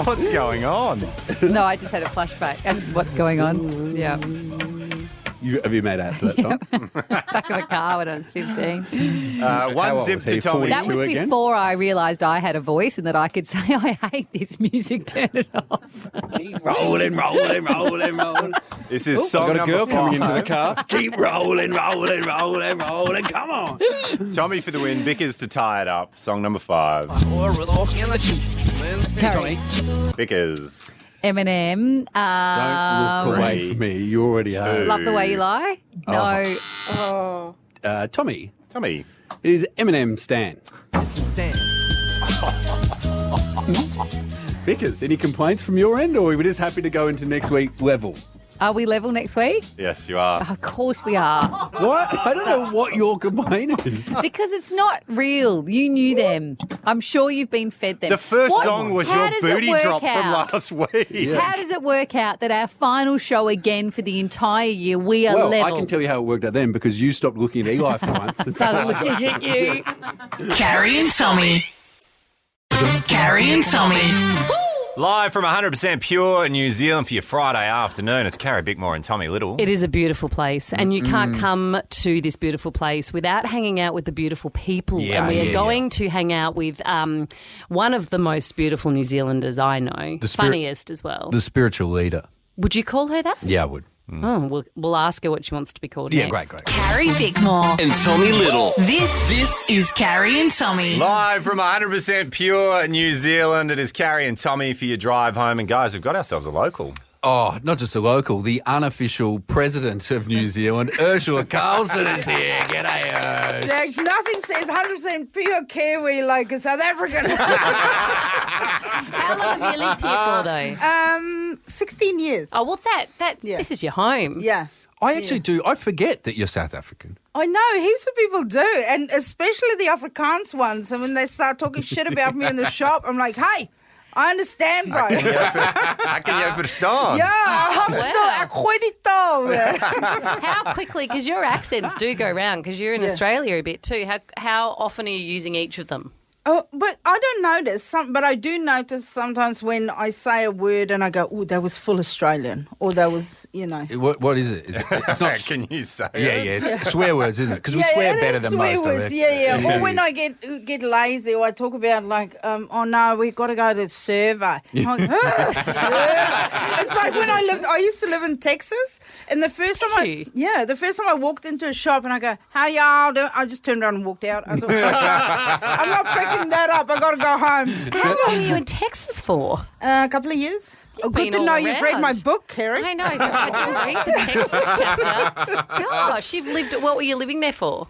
Speaker 10: what's going on?
Speaker 22: no, I just had a flashback. That's what's going on. Yeah.
Speaker 9: You, have you made out to that song?
Speaker 22: Back in the car when I was 15.
Speaker 10: Uh,
Speaker 9: How
Speaker 10: one
Speaker 9: old
Speaker 10: zip
Speaker 9: was he?
Speaker 10: to Tommy.
Speaker 22: That was before I realised I had a voice and that I could [LAUGHS] say, I hate this music, turn it off.
Speaker 9: [LAUGHS] rolling, rolling, rolling, rolling.
Speaker 10: This is
Speaker 9: Oh,
Speaker 10: song
Speaker 9: I've got
Speaker 10: number
Speaker 9: a girl coming into the
Speaker 10: five.
Speaker 9: car. Keep rolling, rolling, rolling, rolling. Come on.
Speaker 6: [LAUGHS]
Speaker 10: Tommy for the win. Vickers to tie it up. Song number
Speaker 22: [LAUGHS]
Speaker 10: five.
Speaker 22: Carry.
Speaker 10: Vickers.
Speaker 22: Eminem. Um,
Speaker 9: Away from me. You already are.
Speaker 22: Love the way you lie. No. Oh.
Speaker 9: Uh, Tommy.
Speaker 10: Tommy.
Speaker 9: It is Eminem Stan. [LAUGHS] Vickers, any complaints from your end, or are we just happy to go into next week level?
Speaker 22: Are we level next week?
Speaker 10: Yes, you are.
Speaker 22: Of course we
Speaker 10: [LAUGHS]
Speaker 22: are.
Speaker 9: What? I don't know what you're
Speaker 7: [LAUGHS]
Speaker 9: complaining.
Speaker 22: Because it's not real. You knew them. I'm sure you've been fed them.
Speaker 10: The first
Speaker 22: What-
Speaker 10: song was
Speaker 22: how
Speaker 10: your
Speaker 22: does it
Speaker 10: booty
Speaker 22: work
Speaker 10: drop from
Speaker 22: out?
Speaker 10: last [LAUGHS] week.
Speaker 22: How does it work out that our final show again for the entire year, we are
Speaker 9: well,
Speaker 22: level?
Speaker 9: I can tell you how it worked out then because you stopped looking at
Speaker 7: [LAUGHS]
Speaker 9: Eli for once. and so
Speaker 22: Started
Speaker 9: I [LAUGHS] got
Speaker 22: looking at
Speaker 9: to-
Speaker 22: you.
Speaker 11: Carrie and Tommy. Carrie and Tommy.
Speaker 10: Live from 100% Pure in New Zealand for your Friday afternoon. It's Carrie Bickmore and Tommy Little.
Speaker 6: It is a beautiful place, and you can't
Speaker 10: Mm.
Speaker 6: come to this beautiful place without hanging out with the beautiful people.
Speaker 10: Yeah,
Speaker 6: and we
Speaker 10: yeah,
Speaker 6: are going to hang out with um, one of the most beautiful New Zealanders I know,
Speaker 7: The spirit-
Speaker 6: funniest as well.
Speaker 7: The spiritual leader.
Speaker 6: Would you call her that?
Speaker 7: Yeah, I would.
Speaker 6: Oh, we'll, we'll ask her what she wants to be called.
Speaker 7: Yeah,
Speaker 6: next.
Speaker 7: great, great.
Speaker 11: Carrie Bickmore.
Speaker 7: And Tommy Little.
Speaker 11: This, this is Carrie and Tommy.
Speaker 10: Live from 100% Pure New Zealand. It is Carrie and Tommy for your drive home. And guys, we've got ourselves a local. [LAUGHS]
Speaker 7: Oh, not just a local, the unofficial president of [LAUGHS] New Zealand, Ursula Carlson, is here. G'day, Urs.
Speaker 18: There's nothing says 100% pure Kiwi like a South African.
Speaker 7: [LAUGHS]
Speaker 18: How
Speaker 6: long have you lived here for, though?
Speaker 18: Um, 16 years.
Speaker 6: Oh, well, that, that this is your home.
Speaker 18: Yeah.
Speaker 7: I actually do. I forget that you're South African.
Speaker 18: I know, heaps of people do, and especially the Afrikaans ones. And when they start talking shit about me in [LAUGHS] the shop, I'm like, hey, I understand, bro. [LAUGHS]
Speaker 10: I can you understand?
Speaker 18: Yeah, I'm still
Speaker 10: [LAUGHS]
Speaker 6: how quickly? Because your accents do go round. Because you're in
Speaker 18: Yeah.
Speaker 6: Australia a bit too. How how often are you using each of them?
Speaker 18: Oh, but I don't notice some, but I do notice sometimes when I say a word and I go, "Oh, that was full Australian," or that was, you know.
Speaker 7: What, what is it? Is it- It's [LAUGHS] not.
Speaker 10: Can you say?
Speaker 7: Yeah,
Speaker 10: it?
Speaker 7: yeah. It's swear words, isn't it? Because we
Speaker 18: Yeah,
Speaker 7: swear
Speaker 18: it is
Speaker 7: better than
Speaker 18: swear
Speaker 7: most. I
Speaker 18: words.
Speaker 7: reckon.
Speaker 18: Yeah, yeah. Or when I get get lazy, or I talk about like, um, oh no, we got to go to the
Speaker 7: [LAUGHS]
Speaker 18: server. I'm like, "Ugh, server." It's like when I lived. I used to live in Texas, and the first time, I, yeah, the first time I walked into a shop and I go, "How y'all doing?" I just turned around and walked out. I
Speaker 7: [LAUGHS]
Speaker 18: thought, "Fuck y'all. I'm not picking that up. I got to go home.
Speaker 6: How long are you in Texas for?
Speaker 18: Uh, a couple of years. Oh, good
Speaker 6: been
Speaker 18: to know
Speaker 6: all
Speaker 18: you've read my
Speaker 6: around.
Speaker 18: book, Kerry.
Speaker 6: I know. So I didn't read the Texas chapter. Gosh, you've lived. What were you living there for?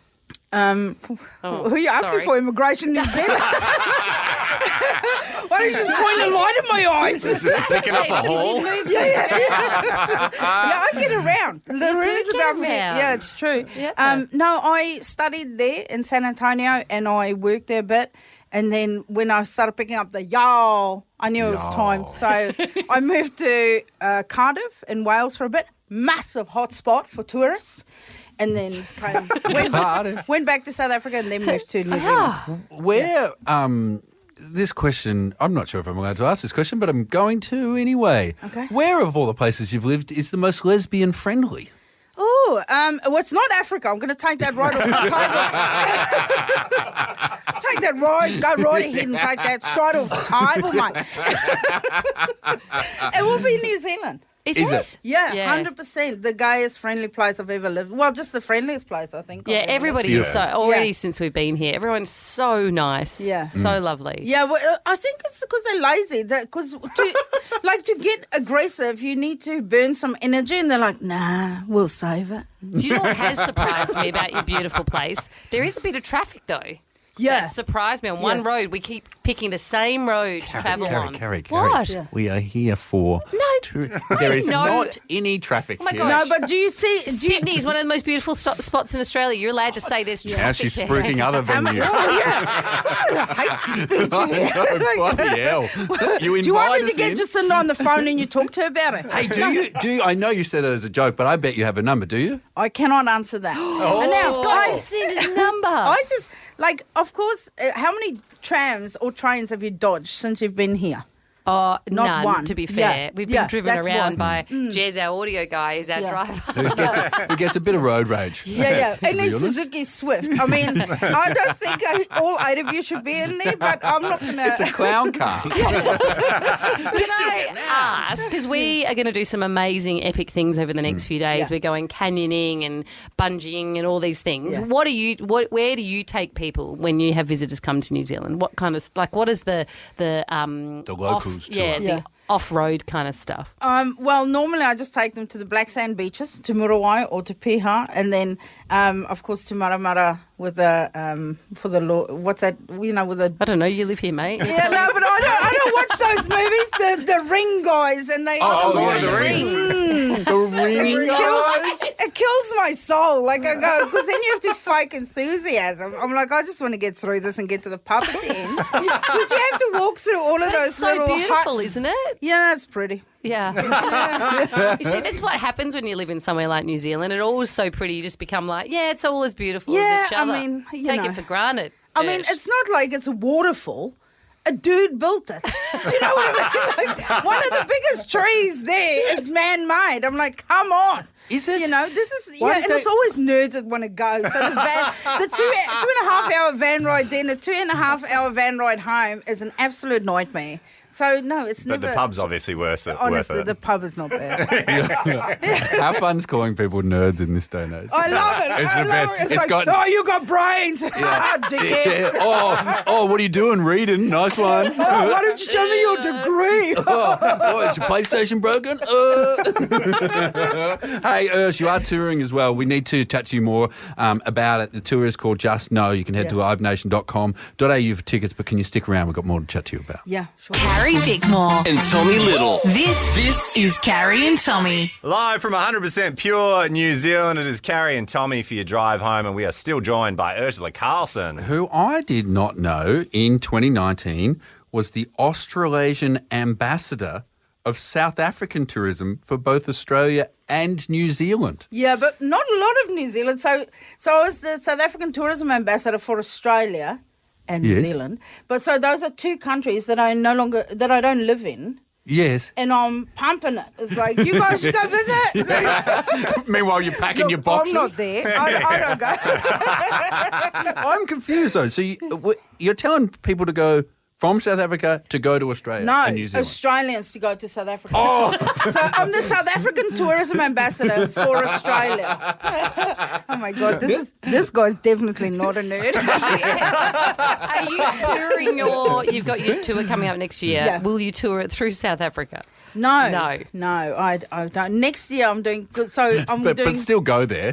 Speaker 18: Um, Who are you asking for? Immigration New Zealand? [LAUGHS] Why don't you just point a light in my eyes?
Speaker 10: It's just picking up a Because you hole. [LAUGHS] moved
Speaker 18: Yeah,
Speaker 10: it.
Speaker 18: yeah, yeah. yeah, I get around. The
Speaker 10: You do
Speaker 18: rumors
Speaker 10: get
Speaker 18: about me.
Speaker 10: around.
Speaker 18: Yeah, it's true. Um, no, I studied there in San Antonio and I worked there a bit. And then when I started picking up the y'all, I knew it was time. So I moved to uh, Cardiff in Wales for a bit. Massive hotspot for tourists. And then came, went, went back to South Africa and then moved to New
Speaker 10: Ah.
Speaker 18: Zealand.
Speaker 7: Where um this question, I'm not sure if I'm allowed to ask this question, but I'm going to anyway. Okay. Where of all the places you've lived is the most lesbian friendly?
Speaker 18: Oh, um, well, it's not Africa. I'm going to take that right off the table. take that right, go right ahead and take that straight off the table, mate. [LAUGHS] it will be New Zealand.
Speaker 6: Is Is it? it?
Speaker 18: Yeah,
Speaker 6: Yeah.
Speaker 18: hundred percent. The gayest friendly place I've ever lived. Well, just the friendliest place I think. I've
Speaker 6: Yeah,
Speaker 18: ever
Speaker 6: everybody
Speaker 18: lived.
Speaker 6: is so already since we've been here. Everyone's so nice.
Speaker 18: Yeah.
Speaker 6: so
Speaker 18: Mm.
Speaker 6: lovely.
Speaker 18: Yeah, well, uh, I think it's because they're lazy. Because to [LAUGHS] like to get aggressive, you need to burn some energy, and they're like, "Nah, we'll save it."
Speaker 6: Do you know what has surprised me about your beautiful place? There is a bit of traffic though.
Speaker 18: Yeah.
Speaker 6: That surprised me. On one road, we keep picking the same road to travel on.
Speaker 7: Carrie, Carrie,
Speaker 6: What?
Speaker 7: Carrie, we are here for. No, [LAUGHS] there is
Speaker 6: No.
Speaker 7: not any traffic
Speaker 6: Oh my
Speaker 7: here.
Speaker 6: gosh.
Speaker 18: but do you see?
Speaker 6: Sydney is one of the most beautiful sto- spots in Australia. You're allowed to say there's traffic.
Speaker 7: Now she's
Speaker 6: there.
Speaker 7: spruiking
Speaker 18: [LAUGHS]
Speaker 7: other venues. [LAUGHS] I know,
Speaker 18: [LAUGHS]
Speaker 7: bloody hell. You invite
Speaker 18: do you want me
Speaker 7: us
Speaker 18: to get
Speaker 7: in?
Speaker 18: Jacinda on the phone and you talk to her about it?
Speaker 7: Hey, do you? Do you, I know you said it as a joke, but I bet you have a number. Do you?
Speaker 18: I cannot answer that.
Speaker 7: Oh.
Speaker 18: And
Speaker 7: She's
Speaker 18: now,
Speaker 7: got
Speaker 18: guys,
Speaker 6: Jacinda's number.
Speaker 18: [LAUGHS] I just like, of course. Uh, how many trams or trains have you dodged since you've been here?
Speaker 6: Oh,
Speaker 18: not
Speaker 6: None,
Speaker 18: one.
Speaker 6: to be fair.
Speaker 18: Yeah,
Speaker 6: We've been
Speaker 18: yeah,
Speaker 6: driven
Speaker 18: that's
Speaker 6: around
Speaker 18: one.
Speaker 6: by
Speaker 18: Mm.
Speaker 6: Jez, our audio guy, is our driver.
Speaker 7: Who gets, a, who gets a bit of road rage?
Speaker 18: Yeah, [LAUGHS] yeah.
Speaker 7: To
Speaker 18: And
Speaker 7: be
Speaker 18: then
Speaker 7: honest.
Speaker 18: Suzuki Swift. I mean,
Speaker 7: [LAUGHS]
Speaker 18: I don't think I, all eight of you should be in there, but I'm not gonna.
Speaker 7: It's a
Speaker 18: [LAUGHS]
Speaker 7: clown car.
Speaker 6: [LAUGHS] Can I ask? Because we are going to do some amazing, epic things over the next few days. We're going canyoning and bungeeing and all these things. What do you? What? Where do you take people when you have visitors come to New Zealand? What kind of like? What is the the um the
Speaker 18: locals
Speaker 6: off, yeah,
Speaker 18: tour. Yeah.
Speaker 6: the off road kind of stuff?
Speaker 18: Um, well, normally I just take them to the black sand beaches, to Murawai or to Piha, and then, um, of course, to Maramara with the um, for the law. What's that? You know, with a.
Speaker 6: I don't know. You live here, mate.
Speaker 18: Yeah, no, but I don't. I don't watch those movies. The the ring guys and they.
Speaker 6: Oh, the Lord of the Rings.
Speaker 18: Mm.
Speaker 7: The
Speaker 18: It kills, it kills my soul. Like I go because then you have to fake enthusiasm. I'm like, I just want to get through this and get to the pub at
Speaker 6: [LAUGHS]
Speaker 18: the end because you have to walk through all of
Speaker 6: That's
Speaker 18: those
Speaker 6: so
Speaker 18: little
Speaker 6: beautiful,
Speaker 18: huts.
Speaker 6: isn't it?
Speaker 18: Yeah, it's pretty.
Speaker 6: [LAUGHS] Yeah. you see, this is what happens when you live in somewhere like New Zealand. It all is so pretty. You just become like, yeah, it's all as beautiful
Speaker 18: Yeah,
Speaker 6: as each
Speaker 18: I
Speaker 6: other.
Speaker 18: mean, you
Speaker 6: Take
Speaker 18: know.
Speaker 6: it for granted.
Speaker 18: I mean, it's not like it's a waterfall. A dude built it. Do you know what I mean? Like, one of the biggest trees there is man-made. I'm like, come on. Is it? You know, this is
Speaker 7: Why
Speaker 18: yeah,
Speaker 7: did
Speaker 18: and
Speaker 7: they-
Speaker 18: it's always nerds that want to go. So the
Speaker 7: [LAUGHS]
Speaker 18: van, the two two and a half hour van ride then, a two and a half hour van ride home is an absolute nightmare. So no, it's
Speaker 10: But
Speaker 18: never.
Speaker 10: the pub's obviously worse. Than,
Speaker 18: honestly,
Speaker 10: worth
Speaker 18: the
Speaker 10: it.
Speaker 18: pub is not bad.
Speaker 10: [LAUGHS]
Speaker 7: How fun's calling people nerds in this day and age?
Speaker 18: I love it.
Speaker 7: It's
Speaker 18: I love
Speaker 7: the best.
Speaker 18: It. It's,
Speaker 7: It's
Speaker 18: like,
Speaker 7: got-
Speaker 18: oh, you got [LAUGHS] brains.
Speaker 7: Yeah.
Speaker 18: Dickhead.
Speaker 7: Yeah. Oh, oh, what are you doing? Reading. Nice one.
Speaker 18: [LAUGHS] Oh, why don't you show me your degree?
Speaker 7: oh, oh, is your PlayStation broken? Uh. [LAUGHS] hey, Urs, you are touring as well. We need to chat to you more um, about it. The tour is called Just Know. You can head to livenation.com.au for tickets, but can you stick around? We've got more to chat to you about.
Speaker 18: Yeah, sure.
Speaker 11: Carrie Bickmore
Speaker 10: And Tommy Little.
Speaker 11: This this is Carrie and Tommy.
Speaker 10: Live from 100% Pure New Zealand, it is Carrie and Tommy for your drive home, and we are still joined by Ursula Carlson.
Speaker 7: Who I did not know in 2019 was the Australasian ambassador of South African tourism for both Australia and New Zealand.
Speaker 18: Yeah, but not a lot of New Zealand. So, so I was the South African tourism ambassador for Australia and New
Speaker 7: Yes.
Speaker 18: Zealand. But so those are two countries that I no longer that I don't live in,
Speaker 7: Yes.
Speaker 18: and I'm pumping it. It's like you guys should go visit. [LAUGHS]
Speaker 10: [LAUGHS]
Speaker 7: [LAUGHS] Meanwhile, you're packing your boxes.
Speaker 18: I'm not there. I, I don't go.
Speaker 7: [LAUGHS] I'm confused though. So you, uh, w- you're telling people to go from South Africa to go to Australia and New
Speaker 18: No,
Speaker 7: Zealand.
Speaker 18: Australians to go to South Africa.
Speaker 7: Oh.
Speaker 18: [LAUGHS] so I'm the South African tourism ambassador for
Speaker 7: [LAUGHS]
Speaker 18: Australia. [LAUGHS] oh my god, this is this guy's definitely not a nerd. [LAUGHS]
Speaker 6: Are you touring your? You've got your tour coming up next year.
Speaker 18: Yeah.
Speaker 6: Will you tour it through South Africa?
Speaker 18: No,
Speaker 6: No.
Speaker 18: no, I, I don't. Next year I'm doing good. So I'm
Speaker 7: but,
Speaker 18: doing.
Speaker 7: but still go
Speaker 18: [LAUGHS]
Speaker 7: there.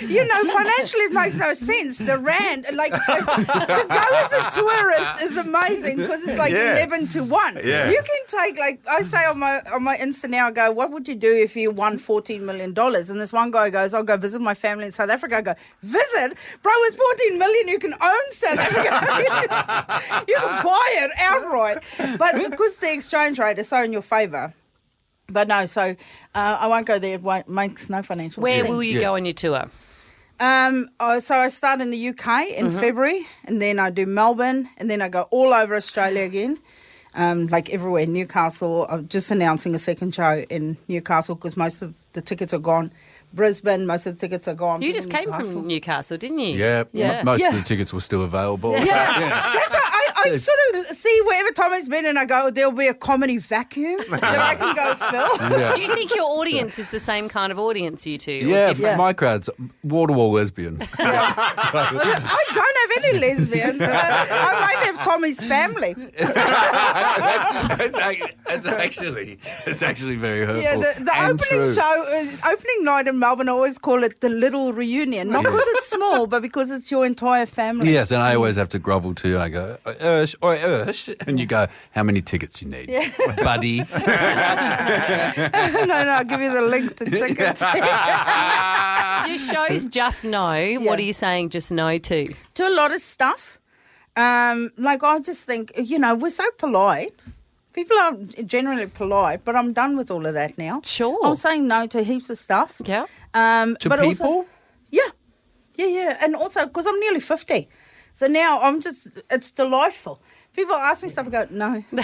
Speaker 18: you know, financially it makes no sense. The rand, like [LAUGHS] to go as a tourist is amazing because it's like
Speaker 7: Yeah.
Speaker 18: eleven to one.
Speaker 7: Yeah.
Speaker 18: You can take like I say on my on my Insta now. I go, what would you do if you won fourteen million dollars? And this one guy goes, I'll go visit my family in South Africa. I go, visit, bro. It's fourteen million. You can own South Africa. [LAUGHS] you can buy it outright. But because the exchange rate is so in your favour. But no, so uh, I won't go there. It won't, makes no financial
Speaker 6: Where
Speaker 18: sense.
Speaker 6: will you go on your tour?
Speaker 18: Um, oh, so I start in the UK in
Speaker 6: Mhm.
Speaker 18: February, and then I do Melbourne, and then I go all over Australia again, um, like everywhere. Newcastle. I'm just announcing a second show in Newcastle because most of the tickets are gone. Brisbane, most of the tickets are gone.
Speaker 6: You just came
Speaker 18: Newcastle.
Speaker 6: from Newcastle, didn't you?
Speaker 7: Yeah, m- most of the tickets were still available. Yeah.
Speaker 18: That's what I, I sort of see wherever Tom has been, and I go, there'll be a comedy vacuum that I can go fill.
Speaker 6: [LAUGHS]
Speaker 7: Yeah.
Speaker 6: Do you think your audience is the same kind of audience, you two? or
Speaker 7: Yeah,
Speaker 6: different?
Speaker 7: my crowd's wall lesbians.
Speaker 18: I don't have any lesbians. I, I might have Tommy's family.
Speaker 7: That's, ac- that's actually that's actually very hurtful.
Speaker 18: Yeah, the, the
Speaker 7: and
Speaker 18: opening
Speaker 7: true.
Speaker 18: show, uh, opening night in Melbourne, I always call it the little reunion. Not
Speaker 7: Yeah.
Speaker 18: because it's small, but because it's your entire family.
Speaker 7: Yes, and I always have to grovel too. I go, "Oh, Ursh, or Ursh. And you go, how many tickets you need,
Speaker 18: Yeah.
Speaker 7: [LAUGHS]
Speaker 18: [LAUGHS]
Speaker 7: buddy?
Speaker 18: [LAUGHS] no, no, I'll give you the link
Speaker 7: [LAUGHS]
Speaker 18: to tickets. [LAUGHS]
Speaker 6: Do shows
Speaker 18: just no?
Speaker 6: What are
Speaker 18: you saying just no to? To a lot of stuff. Um, like, I just think, you know, we're so polite. People are generally polite, but I'm done with all of that now. Sure. I'm saying no to heaps of stuff. Yeah. Um,
Speaker 7: To
Speaker 18: but
Speaker 7: people?
Speaker 18: Also, yeah. Yeah, yeah. And also, because I'm nearly 50. So now I'm just, it's delightful. People ask me stuff, I go, no.
Speaker 6: You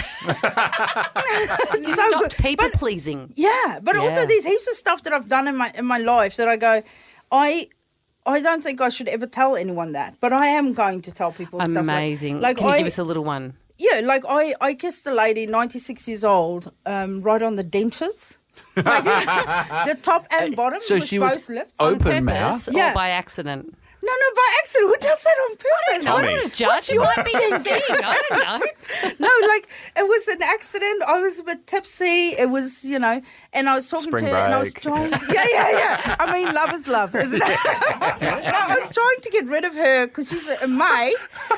Speaker 18: [LAUGHS] So
Speaker 6: stopped people pleasing.
Speaker 18: Yeah, but
Speaker 6: Yeah.
Speaker 18: also there's heaps of stuff that I've done in my in my life that I go, I. I don't think I should ever tell anyone that, but I am going to tell people. stuff like-
Speaker 6: Amazing.
Speaker 18: Like,
Speaker 6: Can you
Speaker 18: I,
Speaker 6: give us a little one?
Speaker 18: yeah, like I, I kissed a lady, ninety six years old, um, right on the dentures, like, [LAUGHS] the top and bottom,
Speaker 6: so
Speaker 18: with
Speaker 6: she was Oh.
Speaker 18: both lips,
Speaker 6: On open purpose mouth? or by
Speaker 18: accident. No, no, by accident. Who does that on purpose?
Speaker 6: know. I'm not a judge. It might
Speaker 18: [LAUGHS]
Speaker 6: be [LAUGHS] your
Speaker 18: thinking?
Speaker 6: thing. I
Speaker 18: [LAUGHS]
Speaker 6: don't know.
Speaker 18: no, like it was an accident. I was a bit tipsy. It was, you know, and I was talking
Speaker 23: Spring
Speaker 18: to her and I was
Speaker 23: break.
Speaker 18: trying. Yeah, yeah, yeah. I mean, love is love,
Speaker 23: [LAUGHS]
Speaker 18: isn't it? no, I was trying to get rid of her because she's a, a mate.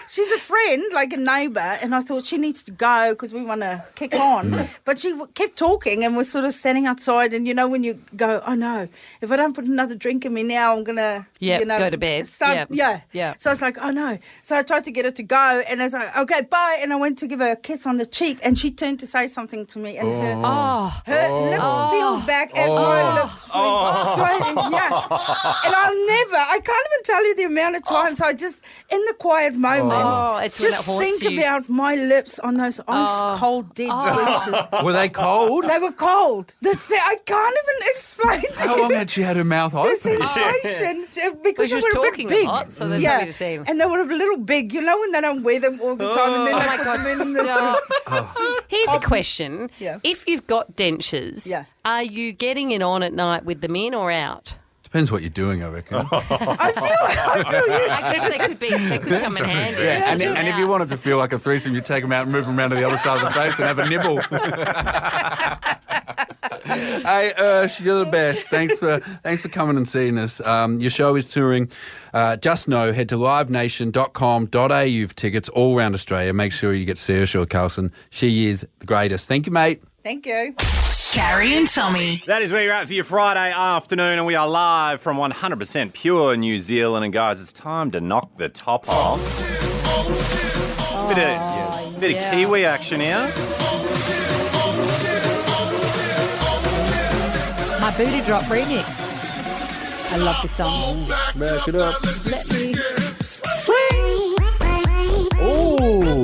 Speaker 18: She's a friend, like a neighbour, and I thought she needs to go because we want to kick on.
Speaker 23: Mm.
Speaker 18: but she w- kept talking and was sort of standing outside. And you know, when you go, oh no, if I don't put another drink in me now, I'm gonna,
Speaker 6: Yep,
Speaker 18: you know,
Speaker 6: go to bed.
Speaker 18: Start,
Speaker 6: Yep.
Speaker 18: Yeah,
Speaker 6: Yep.
Speaker 18: So I was like, oh no. So I tried to get her to go, and I was like, okay, bye. And I went to give her a kiss on the cheek, and she turned to say something to me, and her,
Speaker 6: Oh.
Speaker 18: her
Speaker 6: Oh.
Speaker 18: lips
Speaker 6: Oh.
Speaker 18: peeled back as my lips went straight. in- Yeah,
Speaker 6: [LAUGHS]
Speaker 18: and I'll never. I can't even tell you the amount of times I just, in the quiet moments,
Speaker 6: Oh, it's when
Speaker 18: just
Speaker 6: it haunts
Speaker 18: think
Speaker 6: you. Oh.
Speaker 18: about my lips on those ice cold dead bleachers.
Speaker 7: Were they cold?
Speaker 18: They were cold. The se- I can't even [LAUGHS] explain. To
Speaker 7: How
Speaker 18: you
Speaker 7: long had she had her mouth open?
Speaker 18: the
Speaker 7: [LAUGHS]
Speaker 18: sensation uh, because
Speaker 7: she
Speaker 18: they
Speaker 7: was
Speaker 18: were a
Speaker 7: talking
Speaker 18: bit
Speaker 7: a
Speaker 18: big.
Speaker 7: lot, so they're
Speaker 18: yeah,
Speaker 7: probably the same.
Speaker 18: and they were a little big. You know when they don't wear them all the time, and then
Speaker 6: Oh
Speaker 18: they
Speaker 6: my
Speaker 18: put
Speaker 6: God,
Speaker 18: them in the.
Speaker 6: stop. Here's a question.
Speaker 18: Yeah.
Speaker 6: If you've got dentures,
Speaker 18: Yeah.
Speaker 6: are you getting it on at night with them in or out?
Speaker 7: Depends what you're doing, I reckon. I feel,
Speaker 18: [LAUGHS] I
Speaker 6: I guess they could be. They could come in handy.
Speaker 7: Yeah, and, and if you wanted to feel like a threesome, you take them out and move them around to the other side of the face and have a nibble. [LAUGHS] hey, Ursh, you're the best. Thanks for thanks for coming and seeing us. Um, your show is touring. Uh, just know, head to livenation.com.au for tickets all around Australia. Make sure you get to see Urshula Carlson. She is the greatest. Thank you, mate.
Speaker 24: [LAUGHS]
Speaker 18: Thank you.
Speaker 11: Carrie and Tommy.
Speaker 10: That is where you're at for your Friday afternoon, and we are live from 100% pure New Zealand. And guys, it's time to knock the top off. bit of, yeah, bit
Speaker 25: yeah.
Speaker 10: of Kiwi action here.
Speaker 25: My booty drop remixed. I love this song.
Speaker 9: Back it up.
Speaker 25: Let me.
Speaker 9: Oh.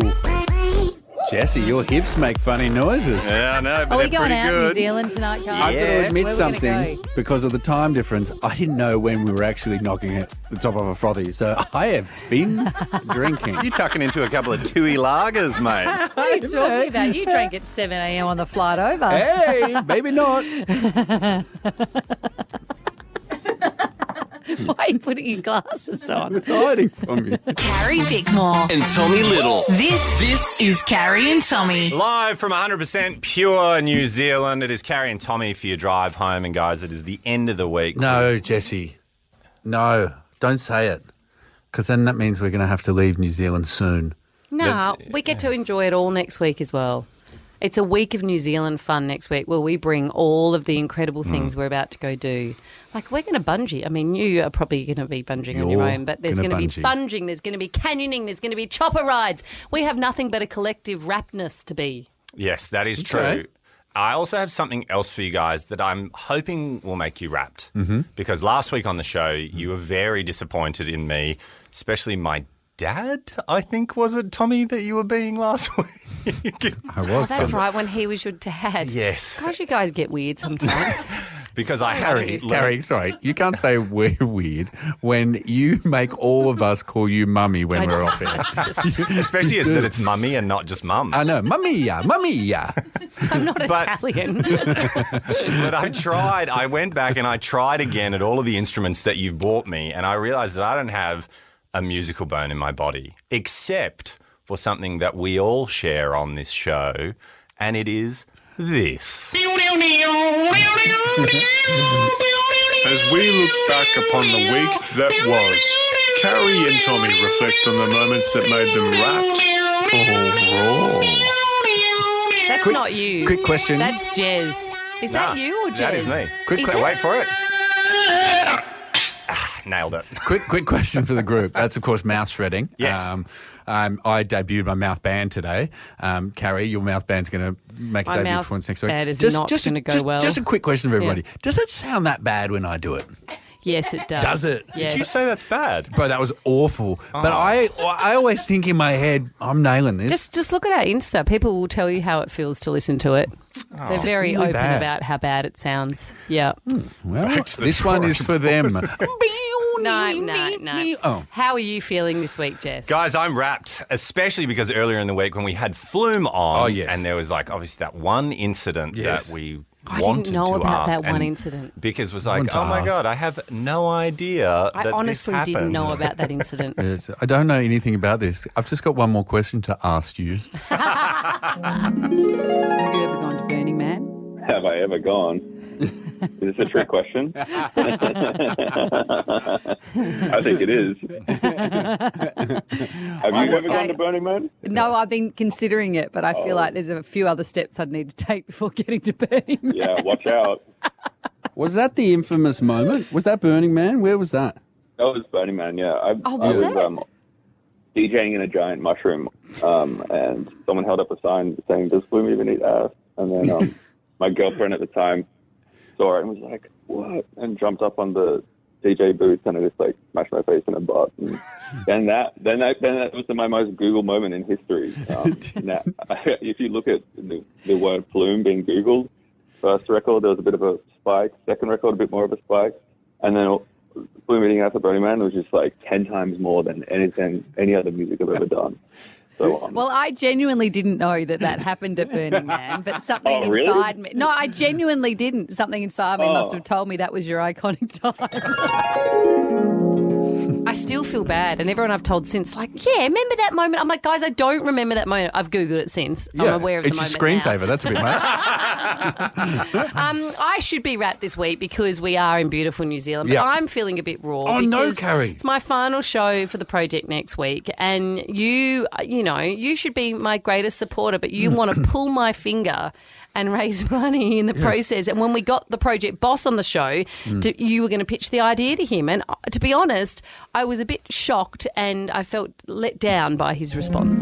Speaker 9: Jesse, your hips make funny noises.
Speaker 10: Yeah, I know,
Speaker 25: Are we going out to New Zealand tonight, Carl?
Speaker 9: I'm going to admit
Speaker 25: Where we gonna
Speaker 9: something because of the time difference. I didn't know when we were actually knocking it the top of a frothy, so I have
Speaker 7: [LAUGHS]
Speaker 9: been drinking.
Speaker 10: You're tucking into a couple of Tui lagers,
Speaker 25: [LAUGHS]
Speaker 10: mate.
Speaker 25: What are you talking about? You drank at 7 a.m. on the flight over.
Speaker 9: Hey, maybe not.
Speaker 25: Why are you putting your glasses on?
Speaker 9: It's hiding from you.
Speaker 11: Carrie Bickmore.
Speaker 10: And Tommy Little.
Speaker 11: This, this is Carrie and Tommy.
Speaker 10: Live from 100% pure New Zealand, it is Carrie and Tommy for your drive home. And guys, it is the end of the week.
Speaker 7: [LAUGHS] No, Jesse. No, don't say it. Because then that means we're going to have to leave New Zealand soon.
Speaker 6: No, we get to enjoy it all next week as well. It's a week of New Zealand fun next week where we bring all of the incredible things we're about to go do. Like we're going to bungee. I mean, you are probably going to be bungee on your
Speaker 3: You're
Speaker 6: own, but there's
Speaker 3: gonna
Speaker 6: going to
Speaker 3: bungee.
Speaker 6: be bunging, there's going to be canyoning, there's going to be chopper rides. We have nothing but a collective rapness to be.
Speaker 10: Yes, that is true.
Speaker 6: Okay.
Speaker 10: I also have something else for you guys that I'm hoping will make you wrapped.
Speaker 7: Mm-hmm.
Speaker 10: Because last week on the show, you were very disappointed in me, especially my dad, I think, was it, Tommy, that you were being last [LAUGHS] week? I
Speaker 6: Oh, that's right. Oh, When he was your dad.
Speaker 10: Yes.
Speaker 6: Gosh, you guys get weird sometimes.
Speaker 10: because I
Speaker 7: Harry,
Speaker 10: hadn't. learned-
Speaker 7: Gary, sorry, you can't say we're weird when you make all of us call you mummy when
Speaker 10: I
Speaker 7: we're
Speaker 10: do.
Speaker 7: off air.
Speaker 10: Especially is that it's mummy and not just mum.
Speaker 7: I know, mummy, yeah, mummy, yeah.
Speaker 6: I'm not
Speaker 10: But-
Speaker 6: Italian.
Speaker 10: but I tried. I went back and I tried again at all of the instruments that you've bought me, and I realized that I don't have a musical bone in my body, except for something that we all share on this show, and it is this.
Speaker 26: As we look back upon the week that was, Carrie and Tommy reflect on the moments that made them rapt or raw.
Speaker 6: That's
Speaker 26: Quick-
Speaker 6: not you.
Speaker 26: quick question.
Speaker 6: That's Jez. Is that you or Jez?
Speaker 10: Ah, That is me.
Speaker 6: Is
Speaker 10: que-
Speaker 6: it?
Speaker 10: wait for it. Ah, Nailed it.
Speaker 7: quick, quick question for the group. That's of course mouth shredding.
Speaker 10: Yes.
Speaker 7: Um, um, I debuted my mouth band today. Um, Carrie, your mouth band's going to make a
Speaker 6: My
Speaker 7: debut
Speaker 6: mouth
Speaker 7: performance next week.
Speaker 6: band is not
Speaker 7: a-
Speaker 6: gonna go
Speaker 7: just-
Speaker 6: well.
Speaker 7: Just a quick question for
Speaker 6: Yeah.
Speaker 7: everybody. Does it sound that bad when I do it?
Speaker 6: Yes, it Oh. does.
Speaker 7: Does it?
Speaker 6: Yes.
Speaker 10: that's bad?
Speaker 7: Bro, that was awful. But I, I always think in my head, I'm nailing this.
Speaker 6: Just just look at our Insta. People will tell you how it feels to listen to it.
Speaker 10: Oh.
Speaker 6: They're
Speaker 7: It's
Speaker 6: very
Speaker 7: really
Speaker 6: open
Speaker 7: bad.
Speaker 6: about how bad it sounds. Yeah.
Speaker 10: Hmm.
Speaker 7: well,
Speaker 6: to the
Speaker 7: this one is for them.
Speaker 6: No, no, no.
Speaker 10: Oh.
Speaker 6: How are you feeling this week, Jess?
Speaker 10: Guys, I'm wrapped, especially because earlier in the week when we had Flume on, oh, yes. and there was like obviously that one incident
Speaker 6: Yes.
Speaker 10: that we
Speaker 6: I
Speaker 10: wanted
Speaker 6: didn't know
Speaker 10: to
Speaker 6: about
Speaker 10: ask,
Speaker 6: that one
Speaker 10: and
Speaker 6: incident.
Speaker 10: Because was
Speaker 7: Wanted
Speaker 10: like,
Speaker 7: to
Speaker 10: oh my
Speaker 7: ask.
Speaker 10: god, I have no idea.
Speaker 6: I
Speaker 10: that
Speaker 6: honestly
Speaker 10: this
Speaker 6: didn't know
Speaker 10: happened."
Speaker 6: about that
Speaker 10: [LAUGHS]
Speaker 6: incident.
Speaker 7: [LAUGHS] Yes, I don't know anything about this. I've just got one more question to ask you.
Speaker 22: Have you ever gone to Burning Man?
Speaker 24: Have I ever gone?
Speaker 9: [LAUGHS]
Speaker 24: Is this a trick question? I think it
Speaker 9: [LAUGHS]
Speaker 24: is. Have
Speaker 22: On a
Speaker 24: you ever gone
Speaker 22: scale-
Speaker 24: to Burning Man?
Speaker 22: No, I've been considering it, but I
Speaker 10: Oh.
Speaker 22: feel like there's a few other steps I'd need to take before [LAUGHS] getting to Burning Man.
Speaker 24: Yeah, watch out.
Speaker 27: [LAUGHS]
Speaker 9: Was that the infamous moment? Was that Burning Man? Where was that?
Speaker 24: That was Burning Man, yeah. I,
Speaker 22: Oh, was
Speaker 24: I was
Speaker 22: it?
Speaker 24: um, DJing in a giant mushroom, um, and someone held up a sign saying, Does Bloom even eat ass? And then
Speaker 7: [LAUGHS]
Speaker 24: um, my girlfriend at the time saw it and was like, What? And jumped up on the DJ booth and I just like smashed my face in a butt. And then that, then that, then that was my most Google moment in history. Um, now, if you look at the, the word plume being Googled, first record there was a bit of a spike, second record a bit more of a spike, and then Blue Meeting After Burning Man was just like ten times more than anything any other music I've ever done. So um,
Speaker 22: Well, I genuinely didn't know that
Speaker 24: [LAUGHS]
Speaker 22: that happened at Burning Man, but something
Speaker 24: Oh, really?
Speaker 22: inside me. No, I genuinely didn't. Something inside me must
Speaker 24: Oh.
Speaker 22: have told me that was your iconic
Speaker 24: [LAUGHS]
Speaker 22: time.
Speaker 6: I still feel bad, and everyone I've told since, like, yeah, remember that moment? I'm like, guys, I don't remember that moment. I've googled it since. I'm aware of
Speaker 7: it's
Speaker 6: the
Speaker 7: your
Speaker 6: moment now.
Speaker 7: screensaver. That's a bit much.
Speaker 6: Um, I should be wrapped this week because we are in beautiful New Zealand. But
Speaker 7: Yeah.
Speaker 6: I'm feeling a bit raw.
Speaker 7: Oh, no,
Speaker 6: because
Speaker 7: Carrie.
Speaker 6: It's my final show for the project next week, and you, you know, you should be my greatest supporter, but you
Speaker 7: [CLEARS THROAT]
Speaker 6: want to pull my finger. And raise [LAUGHS] money in the
Speaker 28: Yes.
Speaker 6: process. And when we got the project boss on the show,
Speaker 28: Mm.
Speaker 6: d you were going to pitch the idea to him. And uh, to be honest, I was a bit shocked and I felt let down by his response.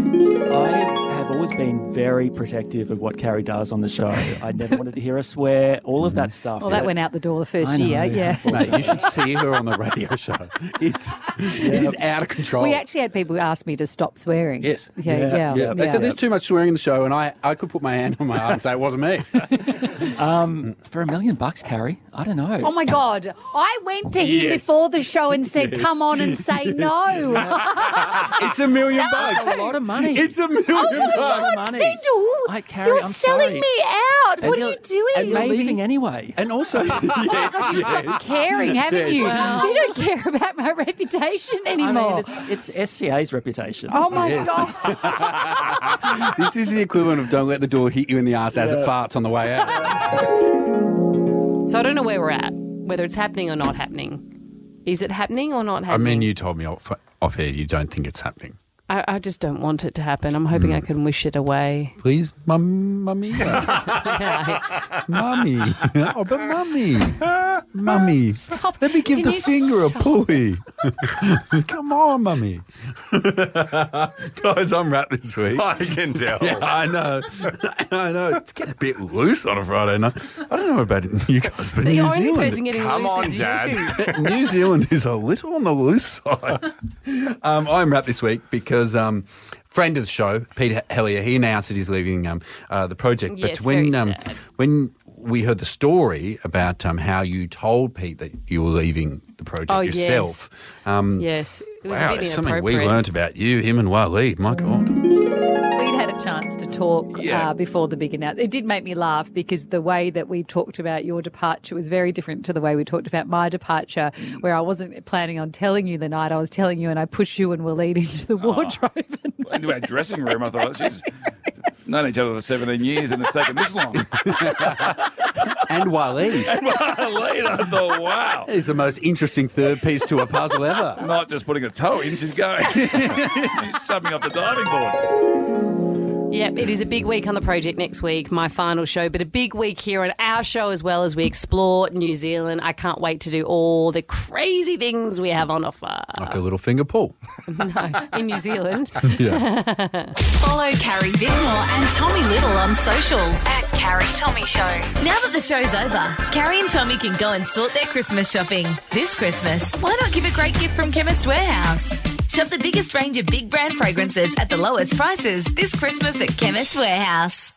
Speaker 27: I have always been very protective of what Carrie does on the show. I never wanted to hear her swear, all of that stuff.
Speaker 22: Well, that went out the door the first year. Yeah.
Speaker 9: Mate, you should see her on the radio show. It's, it is out of control.
Speaker 22: We actually had people ask me to stop swearing.
Speaker 9: Yes.
Speaker 22: Yeah. Yeah.
Speaker 9: They
Speaker 22: yeah.
Speaker 9: said there's too much swearing in the show, and I, I could put my hand on my arm and say it wasn't me.
Speaker 27: um, for a million bucks, Carrie, I don't know.
Speaker 29: Oh my God. I went to him
Speaker 27: Yes.
Speaker 29: before the show and said,
Speaker 27: Yes.
Speaker 29: come on and say
Speaker 19: [LAUGHS]
Speaker 27: Yes.
Speaker 29: no.
Speaker 9: it's a million
Speaker 29: That's
Speaker 9: bucks.
Speaker 29: a lot of money.
Speaker 9: It's a million
Speaker 29: Oh my
Speaker 9: bucks.
Speaker 29: God, Biddle,
Speaker 27: I carry.
Speaker 29: You're
Speaker 27: I'm
Speaker 29: selling
Speaker 27: sorry.
Speaker 29: me out.
Speaker 27: And
Speaker 29: what are
Speaker 27: you're-
Speaker 29: you doing?
Speaker 27: And you're leaving anyway.
Speaker 9: And also, [LAUGHS]
Speaker 29: you stopped caring, haven't you? You don't care about my reputation anymore.
Speaker 27: I mean, it's, it's SCA's reputation.
Speaker 29: oh my God.
Speaker 9: this is the equivalent of don't let the door hit you in the ass as it farts on the way out.
Speaker 6: So I don't know where we're at, whether it's happening or not happening. Is it happening or not
Speaker 7: I
Speaker 6: happening?
Speaker 7: mean, you told me off, off air you don't think it's happening.
Speaker 6: I, I just don't want it to happen. I'm hoping I
Speaker 7: Hmm.
Speaker 6: can wish it
Speaker 7: [LAUGHS]
Speaker 6: away. [LAUGHS]
Speaker 7: Please, mum,
Speaker 9: [LAUGHS]
Speaker 7: mummy. mummy. [LAUGHS] Oh, but mummy. mummy. Stop. Let me give
Speaker 6: Can
Speaker 7: the
Speaker 6: you
Speaker 7: finger
Speaker 6: stop?
Speaker 7: a pulley. [LAUGHS] Come on, mummy. Guys, I'm wrapped this
Speaker 10: [LAUGHS]
Speaker 7: week.
Speaker 10: I can tell.
Speaker 7: [LAUGHS] Yeah, I know. [LAUGHS] I know. It's getting a bit loose on a Friday night. I don't know about it, you guys, but
Speaker 6: The
Speaker 7: New
Speaker 6: only
Speaker 7: Zealand.
Speaker 6: person getting Come loose on, is you. Dad.
Speaker 7: [LAUGHS] New Zealand is a little on the loose side. Um, I'm wrapped this week because. Um, Friend of the show, Peter Hellier, he announced that he's leaving um, uh, the project.
Speaker 6: Yes,
Speaker 7: but when
Speaker 6: very
Speaker 7: um, when we heard the story about um, how you told Pete that you were leaving the project
Speaker 30: Oh, yes.
Speaker 7: yourself. Um,
Speaker 30: Yes, it was a
Speaker 7: wow,
Speaker 30: bit
Speaker 7: it's something we
Speaker 30: inappropriate.
Speaker 7: learnt about you, him, and Waleed. My God.
Speaker 6: We'd had a chance to talk
Speaker 7: Yeah.
Speaker 6: uh, before the big announcement. It did make me laugh because the way that we talked about your departure was very different to the way we talked about my departure, where I wasn't planning on telling you the night I was telling you, and I pushed you and were lead into the
Speaker 27: Oh.
Speaker 6: wardrobe.
Speaker 9: Into our dressing room, I thought, geez, known each other for 17 years and it's taken this long.
Speaker 31: and
Speaker 7: [LAUGHS]
Speaker 31: Waleed.
Speaker 9: And Marlene, I thought, wow.
Speaker 31: It's the most interesting third piece to a puzzle ever.
Speaker 9: Not just putting a toe in, she's going, she's shoving up the diving board.
Speaker 30: Yep,
Speaker 6: it is a big week on the project next week, my final show, but a big week here on our show as well as we explore
Speaker 30: New Zealand. I can't wait to do all the crazy things we have on offer.
Speaker 7: Like a little finger pull. [LAUGHS]
Speaker 30: in New Zealand.
Speaker 3: Follow Carrie Bickmore and Tommy Little on socials at Carrie Tommy Show. Now that the show's over, Carrie and Tommy can go and sort their Christmas shopping. This Christmas, why not give a great gift from Chemist Warehouse? Shop the biggest range of big brand fragrances at the lowest prices this Christmas at Chemist Warehouse.